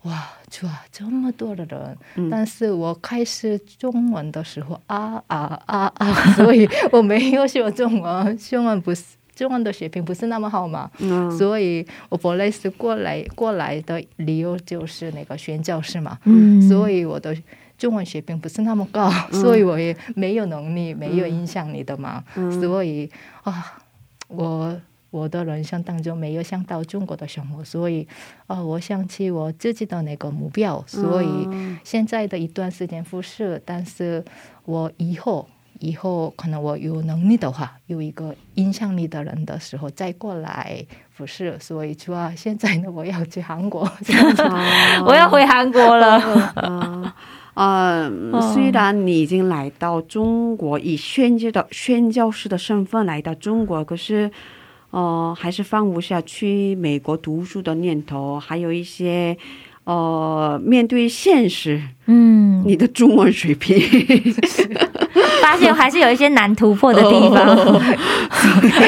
F: 哇，主啊，这么多的人！
C: 嗯
F: 但是我开始中 *laughs* 文的时候，啊啊啊啊，所以我没有学中文，中文不是中文的水平不是那么好嘛，
B: 嗯
F: 所以我本来是过来过来的理由就是那个宣教师嘛，
C: 嗯
F: 所以我的中文水平不是那么高，所以我也没有能力，没
C: 嗯
F: 有影响你的嘛，所以啊，我我的人生当中没有想到中国的生活，所以啊，我想起我自己的那个目标，所以现在的一段时间不是，但是我以后。以后可能我有能力的话，有一个影响力的人的时候再过来，不是？所以主要现在呢，我要去韩国， *laughs* 这样子
C: 我要回韩国
F: *laughs*
C: 了。
B: 啊呃，
C: 哦
B: 虽然你已经来到中国，以宣教的宣教师的身份来到中国，可是，呃，还是放不下去美国读书的念头，还有一些，呃，面对现实，
C: 嗯，
B: 你的中文水平， *laughs*
C: 发现还是有一些难突破的地
F: *laughs* 哦
C: 方。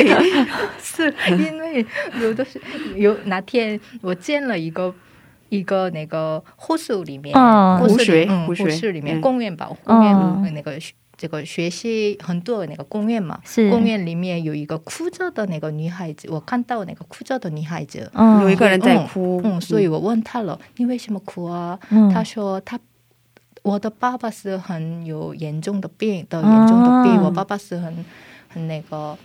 F: 是因为有的是有哪天我见了一个一个那个湖水里面，
C: 嗯
F: 湖
B: 湖水
F: 里嗯，
B: 湖
F: 湖
B: 水
F: 水里面
B: 嗯
F: 公园吧，公园
C: 嗯
F: 呃那个学这个学习很多那个公园嘛，
C: 是
F: 公园里面有一个哭着的那个女孩子，我看到那个哭着的女孩子，
C: 嗯
B: 有一个人在
F: 嗯
B: 哭，
F: 嗯，所以我问她了，你为什么哭啊？
C: 嗯
F: 她说她。我的爸爸是很有严重的病
B: 啊
F: 的，严重的病。
C: 哦
F: 我爸爸是很很那个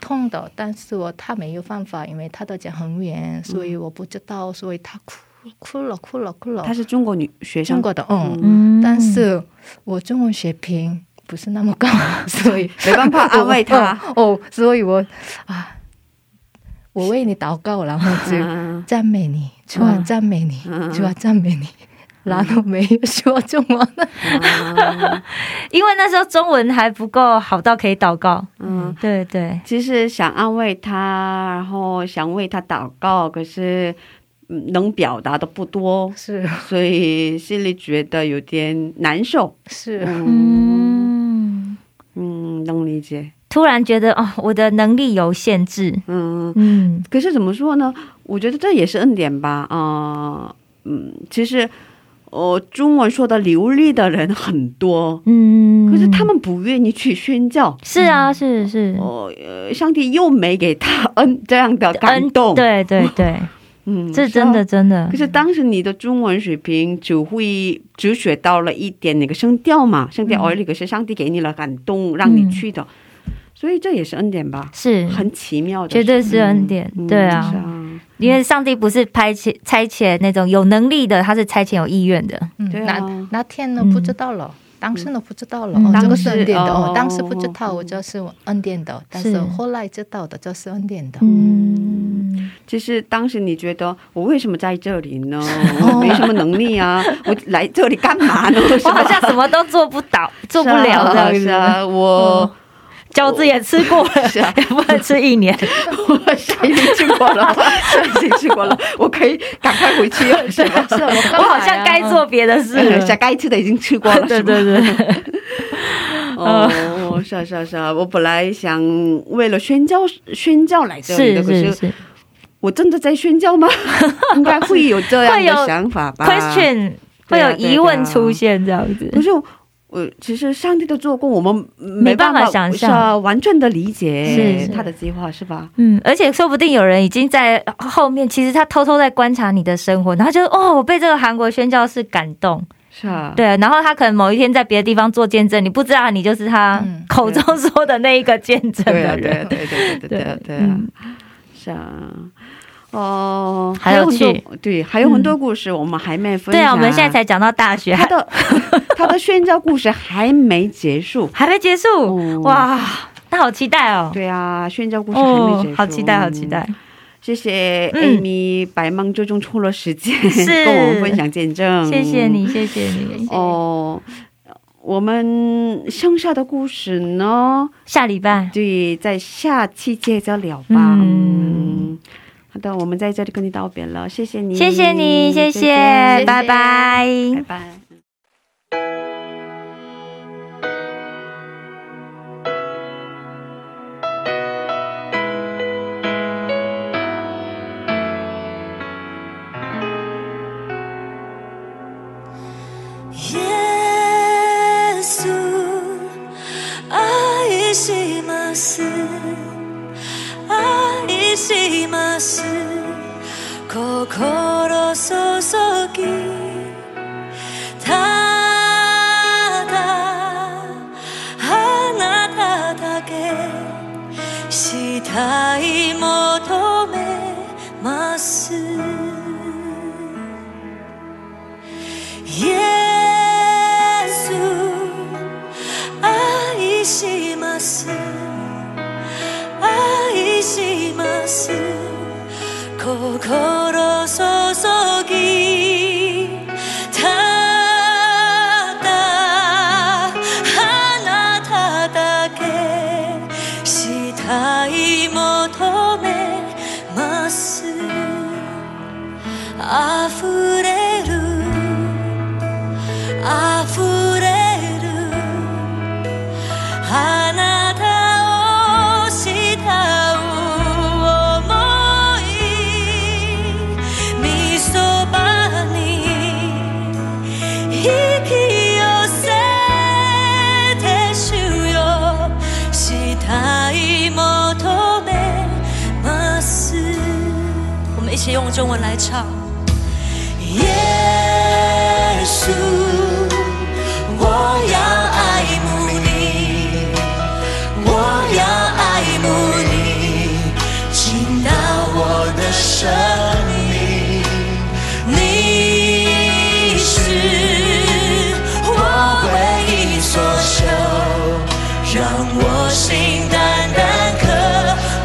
F: 痛的，但是我他没有办法，因为他的家很远，所以我不知道，所以他哭哭了，哭了，哭了。
B: 嗯她是中国女学生
F: 中，国的，嗯，
C: 嗯
F: 但是我中文水平不是那么高，所以
B: *laughs* 没办法安慰她。
F: 哦，所以 *laughs* 我啊，我为你祷告，
B: *laughs*
F: 然后就。
B: 嗯
F: 赞美你，主啊
C: 嗯
F: 赞美你
B: 嗯，
F: 主啊赞美你。然后没有说中文，
C: 因为那时候中文还不够好到可以祷告。
B: 嗯，
C: 对对，
B: 其实想安慰他，然后想为他祷告，可是嗯能表达的不多，
F: 是
B: 所以心里觉得有点难受。
F: 是，
C: 嗯，
B: 嗯，能理解。
C: 突然觉得哦，我的能力有限制。
B: 嗯，
C: 嗯
B: 可是怎么说呢？我觉得这也是恩典吧。啊、嗯，其实呃，中文说的流利的人很多，
C: 嗯，
B: 可是他们不愿意去宣教。
C: 是啊，是是。
B: 哦，呃，上帝又没给他恩这样的感
C: 恩
B: 动，，
C: 对对对，
B: 嗯，
C: 这
B: 是啊
C: 真的真的
B: 可，是当时你的中文水平只会只学到了一点那个声调嘛，声
C: 嗯
B: 调而已。可是上帝给你了感动，让你去的，所以这也是恩典吧，
C: 是
B: 很奇妙的事，
C: 绝对是恩典，
B: 嗯
C: 对
B: 是
C: 啊，
B: 啊，
C: 因为上帝不是派遣差遣那种有能力的，他是差遣有意愿的。
F: 嗯
B: 对啊
F: 那那天呢
C: 嗯
F: 不知道了，当时呢不知道了，
C: 嗯
F: 哦这
C: 当
F: 个
B: 时
F: 是恩典的，
B: 哦
F: 哦，当时不知
B: 哦
F: 道这是恩典的，但
C: 是
F: 是后来知道的这是恩典的，
C: 嗯，
B: 其实当时你觉得我为什么在这里
C: *laughs*
B: 呢？我没什么能力啊，我来这里干嘛呢？
C: *laughs* 我好像什么都做不到，
B: *laughs*
C: 做
B: 做
C: 不了这
B: 是
C: 样子。嗯
B: 啊，我
C: 饺子也吃过了，也不能吃一年。
B: *laughs* 我上已经吃过 *laughs* 了，上已经吃过了，我可以赶快回去了， *laughs* 是吧？
F: 是我
C: 我好像该做别的事
B: *laughs*
C: 了。
B: 下该吃的已经吃过了，
C: *laughs* 对
B: 是吧
C: 对对，
B: 哦，是啊是啊是啊，我本来想为了宣教宣教 *laughs* 来这里的，
C: 是是
B: 可是
C: 是。
B: 我真的在宣 *laughs* 教吗？应该会有这样
C: 会有
B: 的想法吧。
C: Question 会
B: 对啊
C: 有疑问出现这样
B: 不
C: 子。
B: 是。我呃其实上帝的做工，我们没
C: 办
B: 办
C: 法
B: 法
C: 想象
B: 是啊完全的理
C: 是
B: 解
C: 是
B: 他的计划，是吧？
C: 嗯，而且说不定有人已经在后面，其实他偷偷在观察你的生活，然后就哦，我被这个韩国宣教士感动，
B: 是啊，
C: 对，然后他可能某一天在别的地方做见证，你不知道，你就是他
F: 嗯
C: 口中说的那一个见证
B: 对
C: 的
B: 啊啊，对
C: 人
B: 啊，，对啊对啊对啊对啊对啊
C: 嗯，
B: 是啊。哦，
C: 还有
B: 有很多
C: 趣
B: 对，还有很多
C: 嗯
B: 故事我们还没分享。
C: 对啊，我们现在才讲到大学，
B: 他
C: 还 *laughs*
B: 的他的宣教故事还没结束。
C: 还没结束，
B: 嗯
C: 哇，那好期待哦，
B: 对啊，宣教故事还没
C: 哦
B: 结束，，
C: 好期待，好期待，
B: 谢谢
C: 嗯
B: Amy 百忙之中抽了时间
C: 是
B: 跟我们分享见证，
C: 谢谢你，谢谢你，
B: 어.哦。我们剩下的故事呢，
C: 下礼拜
B: 对，在下期接着聊吧。
C: 嗯
B: 嗯，好的，我们在这里跟你道别了，谢谢你，
C: 谢谢你，谢谢，
B: 见
C: 拜拜。
B: 拜拜。
A: 예수 아이시마스 います心注ぎただあなただけしたい求めますイエス愛します愛します心注ぎただあなただけしたい求めます溢れる溢れるあなたを慕う想いみそばに引き寄せて主よしたい求めます我们一起用中文来唱耶稣我要爱慕你我要爱慕你，进到我的生命。你是我唯一所求，让我心单单刻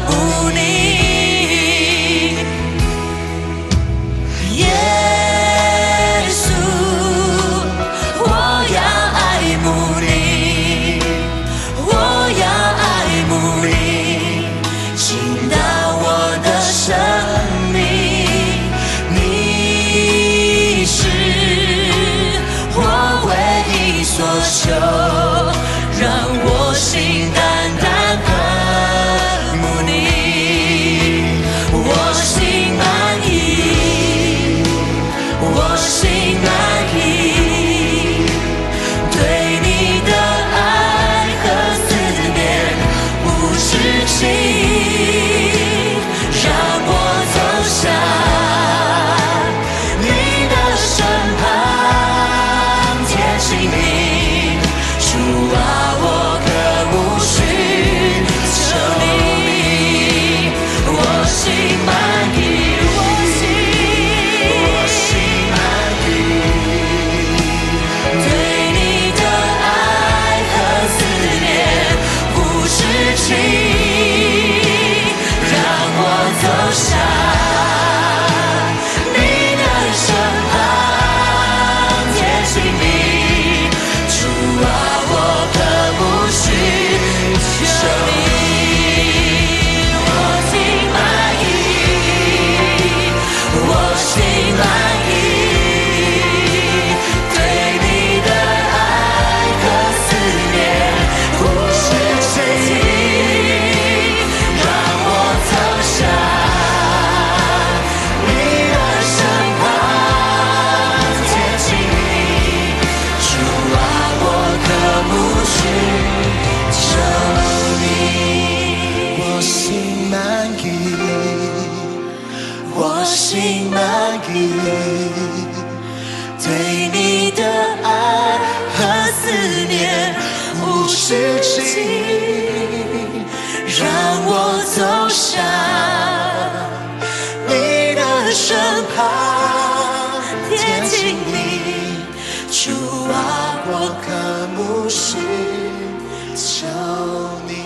A: 慕你。耶稣，我要爱慕你，我要爱慕你，进到我的生命。你是我唯一所求，让我心单单渴慕你，我心满意。我心满意，对你的爱和思念无止境，让我走向你的身旁，贴近你，主啊，我渴慕寻求你，我心满意。我心满意，对你的爱和思念不止境，让我走向你的身旁，贴近你，主啊，我可不寻求你，我心满意，我心满意。对你的爱和思念不是止境，让我走向你的身旁，贴近你，主啊，我可不寻求你，
D: 我心满意，我心满意，对你的爱和思念无止境，让我走向你的身旁，贴近你，主啊，我渴慕寻求你。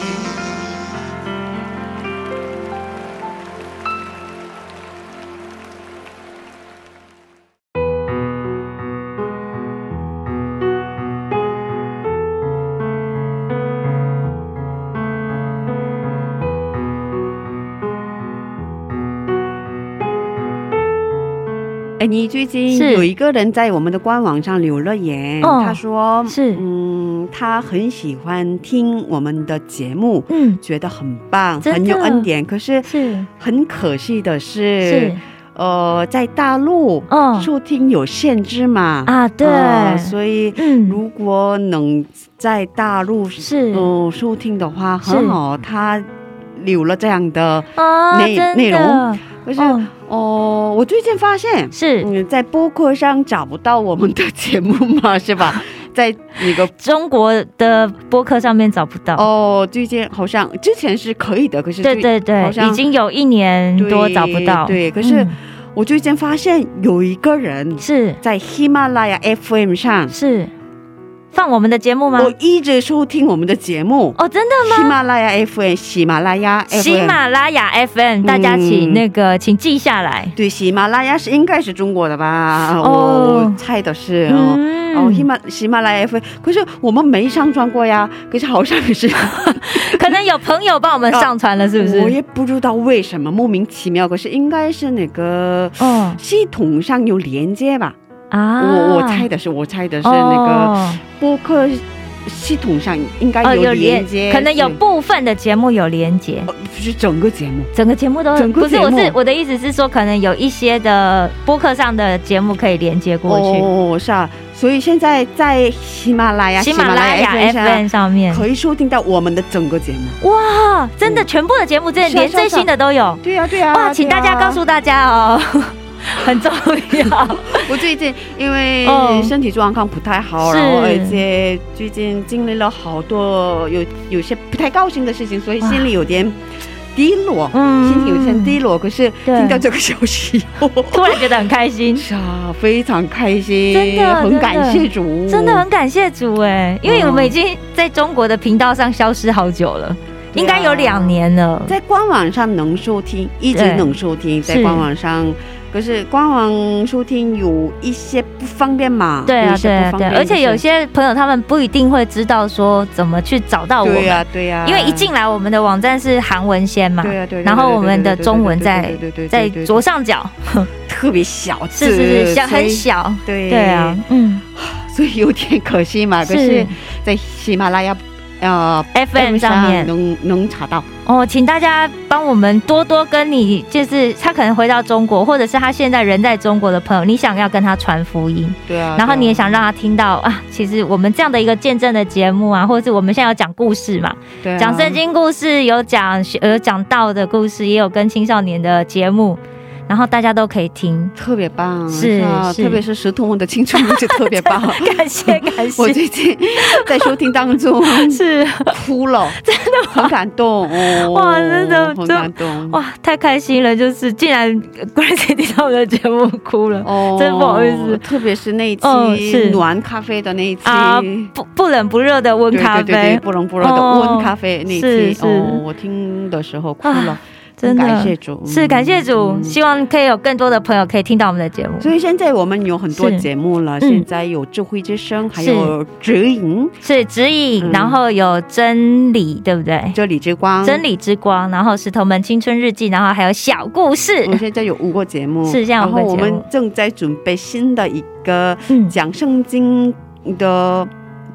B: 哎，你最近
C: 是
B: 有一个人在我们的官网上留了言，
C: 哦
B: 他说
C: 是
B: 嗯，他很喜欢听我们的节目，
C: 嗯，
B: 觉得很棒，
C: 真的
B: 很有恩典。可是
C: 是
B: 很可惜的是，
C: 是
B: 呃，在大陆、
C: 嗯
B: 收听有限制嘛，
C: 啊，对，
B: 呃所以
C: 嗯，
B: 如果能在大陆
C: 是
B: 嗯、呃收听的话，很好。他留了这样的
C: 啊，
B: 内
C: 真的
B: 内容可是
C: 哦
B: 哦、我最近发现，
C: 是
B: 嗯，在播客上找不到我们的节目嘛，是
C: *laughs*
B: 吧？在那个
C: 中国的播客上面找不到。
B: 哦，最近好像之前是可以的，可是
C: 对
B: 最
C: 对对
B: 好，像
C: 已经有一年多
B: 对
C: 找不到。
B: 对，可是
C: 嗯
B: 我最近发现有一个人
C: 是
B: 在喜马拉雅 FM 上，
C: 是放我们的节目吗？
B: 我一直收听我们的节目。
C: 哦，真的
B: 喜
C: 吗？
B: 马拉雅 FM，喜马哎拉雅 FM，
C: 喜马拉雅
B: 嗯
C: FM，大家请那个请记下来。
B: 对，喜马拉雅是应该是中国的吧？
C: 哦
B: 我我猜的是哦。
C: 嗯，
B: 哦，喜马喜马拉雅 FM，可是我们没上传过呀。可是好像是，
C: *laughs* 可能有朋友帮我们上传了，是不
B: 我
C: 是？
B: 也不知道为什么莫名其妙。可是应该是那个
C: 哦
B: 系统上有连接吧？
C: 啊，
B: 我我猜的是，我猜的是那
C: 哦
B: 个播客系统上应该
C: 哦
B: 有
C: 有
B: 连接，
C: 可能有
B: 是
C: 部分的节目有连接，
B: 哦不是整个节目。
C: 整个节目都
B: 整个
C: 不是。
B: 节
C: 我
B: 目
C: 是我的意思是说，可能有一些的播客上的节目可以连接过去。
B: 哦，是啊，所以现在在喜马拉雅、
C: 喜马拉雅
B: FM 上
C: FM 上面，
B: 可以收听到我们的整个节目。
C: 哇，真的全部的节目，真的
B: 是啊
C: 连
B: 是啊
C: 最
B: 是啊
C: 新的都有。
B: 对呀、对啊呀、
C: 哇，请大家告诉大家哦，很重
B: *laughs*
C: 要。
B: 我最近因为
C: 嗯
B: 身体状况不太好，
C: 是
B: 然后而且最近经历了好多有有些不太高兴的事情，所以
C: 哇
B: 心里有点低落，
C: 嗯
B: 心情有点低落。可是
C: 对
B: 听到这个消息以后，
C: 突然觉得很开心，
B: 是啊，非常开心，
C: 真的
B: 很感谢主，
C: 真的很感谢主哎，因为我们已经在中国的频道上消失好久了，
B: 啊
C: 应该有两年了。
B: 在官网上能收听，一直
C: 对
B: 能收听，在
C: 是
B: 官网上。可是官网收听有一些不方便嘛，
C: 对
B: 有
C: 啊
B: 一，些
C: 对
B: 不
C: 啊，
B: 方
C: 对
B: 便
C: 啊，而且有
B: 就是
C: 些朋友他们不一定会知道说怎么去找到我
B: 对
C: 们，
B: 呀对呀，
C: 因为一进来我们的网站是韩文先嘛，
B: 对啊对啊，
C: 然后我们的中文在
B: 对对对对
C: 在
B: 对对对
C: 左上角，
B: 特别小字，
C: 是是是，小
B: 所以
C: 很，小，
B: 对
C: 对啊，，嗯，
B: 所以有点可惜嘛。可是，在喜马拉雅呃
C: FM 上面
B: 能能查到，
C: 哦，请大家帮我们多多跟你，就是他可能回到中国，或者是他现在人在中国的朋友，你想要跟他传福音，
B: 对啊。
C: 然后
B: 对啊
C: 你也想让他听到啊，其实我们这样的一个见证的节目啊，或者是我们现在要讲故事嘛，
B: 对啊
C: 讲圣经故事，有讲有讲道的故事，也有跟青少年的节目，然后大家都可以听。
B: 特别棒，
C: 是
B: 啊
C: 是
B: 特别是石头文的青春就特别棒。
C: *laughs*
B: *laughs*
C: 感谢感
B: 我
C: 谢，
B: 最近在收听当
C: *laughs*
B: 中
C: 是
B: 哭了，真的很感动哦，
C: 哇真的
B: 很
C: 这
B: 感动
C: 哇，太开心了！就是竟然呃 Grace 听到我们的节目哭了。
B: 哦
C: 真不好意思
B: 特别是那一期、
C: 嗯是
B: 暖咖啡的那一期
C: 啊，不不冷不热的温
B: 对
C: 咖
B: 对对对，
C: 啡，
B: 不冷不热的
C: 哦
B: 温咖啡那一
C: 是
B: 期
C: 是
B: 哦，我听的时候哭了
C: 啊，真的
B: 感谢主，
C: 是感谢主，
B: 嗯
C: 希望可以有更多的朋友可以听到我们的节目。
B: 所以现在我们有很多
C: 是
B: 节目了，
C: 嗯
B: 现在有智慧之声，还有指引、
C: 是指引，
B: 嗯
C: 然后有真理，对不对？
B: 真理之光、
C: 真。理之光，然后石头们青春日记，然后还有小故事
B: *laughs* 我。们现在有五个节目，
C: 是现在有
B: 然
C: 五个
B: 后我
C: 节目
B: 们正在准备新的一个
C: 嗯，
B: 讲圣经的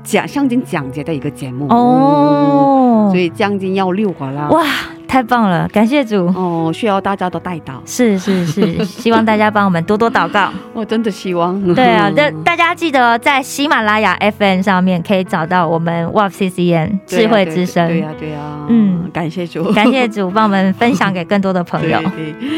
B: 讲圣经讲解的一个节目嗯
C: 哦
B: 所，以将近要六个了。
C: 哇，太棒了，感谢主。
B: 哦，需要大家的带到，
C: 是是
B: *laughs*
C: 是，希望大家帮我们多多祷告。
B: 我真的希望。
C: 对 *laughs* 啊，
B: 这
C: 大大家记得在喜马拉雅 FM 上面可以找到我们 WAP CCN 智慧之声。
B: 对呀、对呀、啊， *laughs*
C: 嗯
B: 嗯，感谢主，
C: *laughs* 感
B: *laughs*
C: 谢主帮我们分享给更多的朋友。
B: 对对，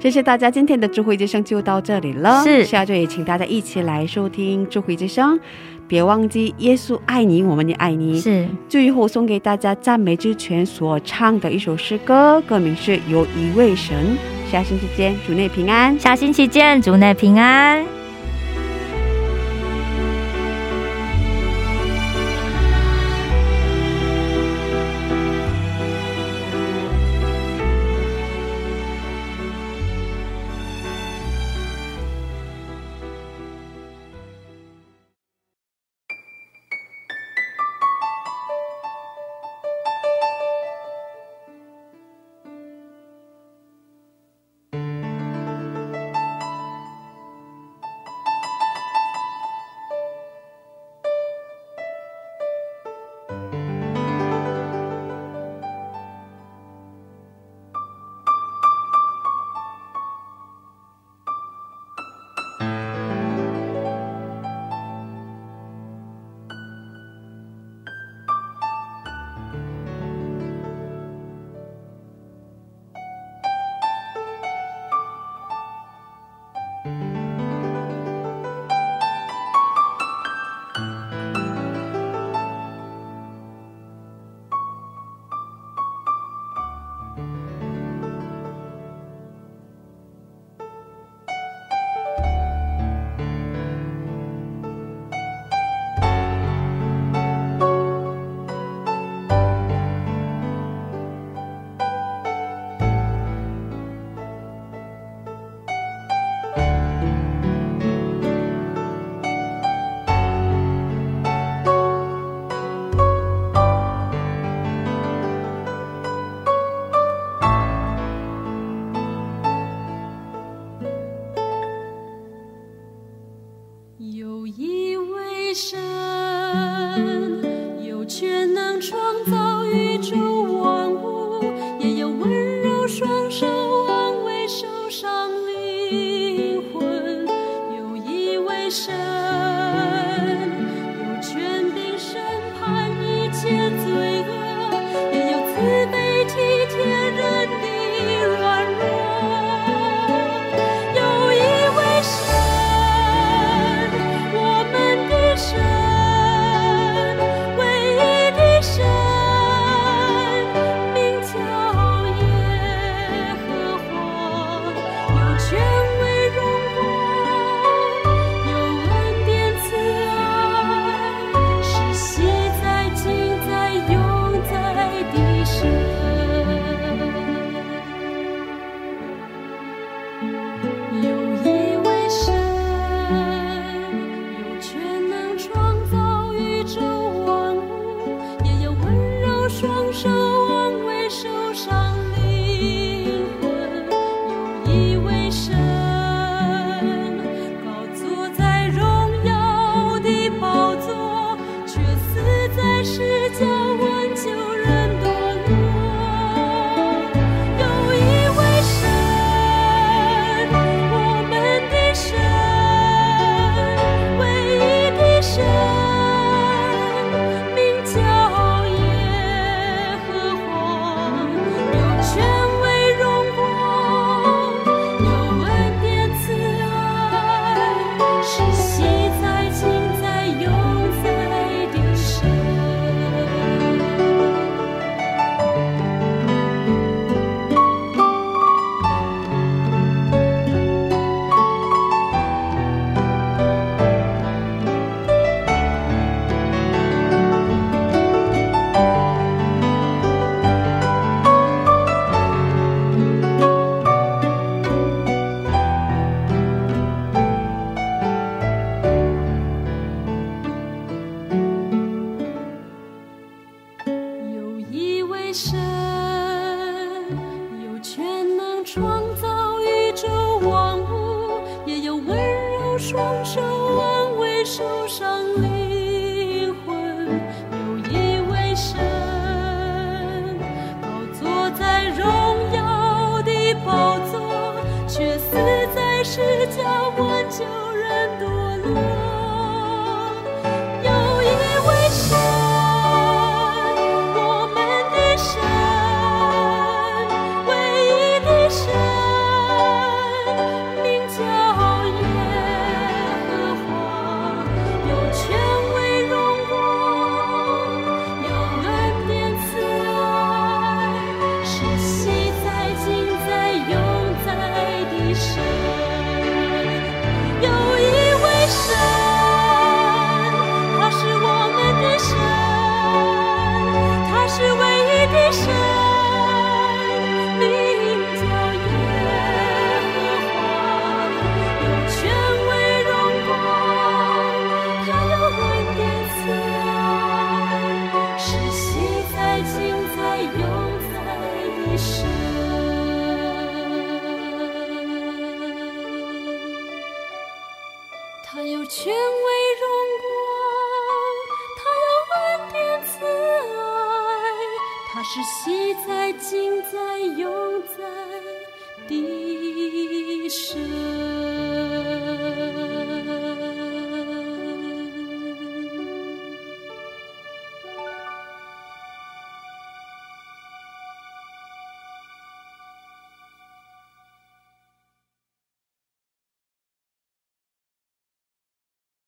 B: 谢谢大家，今天的智慧之声就到这里了。
C: 是
B: 下周也请大家一起来收听智慧之声，别忘记耶稣爱你，我们也爱你。
C: 是
B: 最后送给大家赞美之泉所唱的一首诗歌，歌名是《有一位神》。下星期见，主内平安。
C: 下星期见，主内平安。
E: 神，有权柄审判一切罪恶，也有慈悲体贴人的软弱。有一位神，我们的神，唯一的神，名叫耶和华，有权威荣光，有恩典慈爱，是昔在、今在、永在的神。有一位神，有全能创造宇宙万物，也有温柔双手安慰受伤灵魂。有一位神，高坐在荣耀的宝座，却死在世角挽救人堕落。有一位神，我们的神，唯一的神，名叫耶和华，有权威荣光，有恩典慈爱，是昔在、今在、永在的神。有一位神，有全能创造宇宙万物，也有温柔双手安慰受伤灵魂。有一位神，高坐在荣耀的宝座，却死在世角挽救人堕落。有一位神，我们的神，唯一的神，名叫耶和华，有权威荣光，有恩典慈爱，是昔在、今在、永在的神。有一位神，他是我们的神，他是唯一的神，名叫耶和华，有权威荣光，他有恩典慈爱，是昔在、今在、永在的神。他有权威荣光，他有恩典慈爱，他是昔在、今在、永在的神。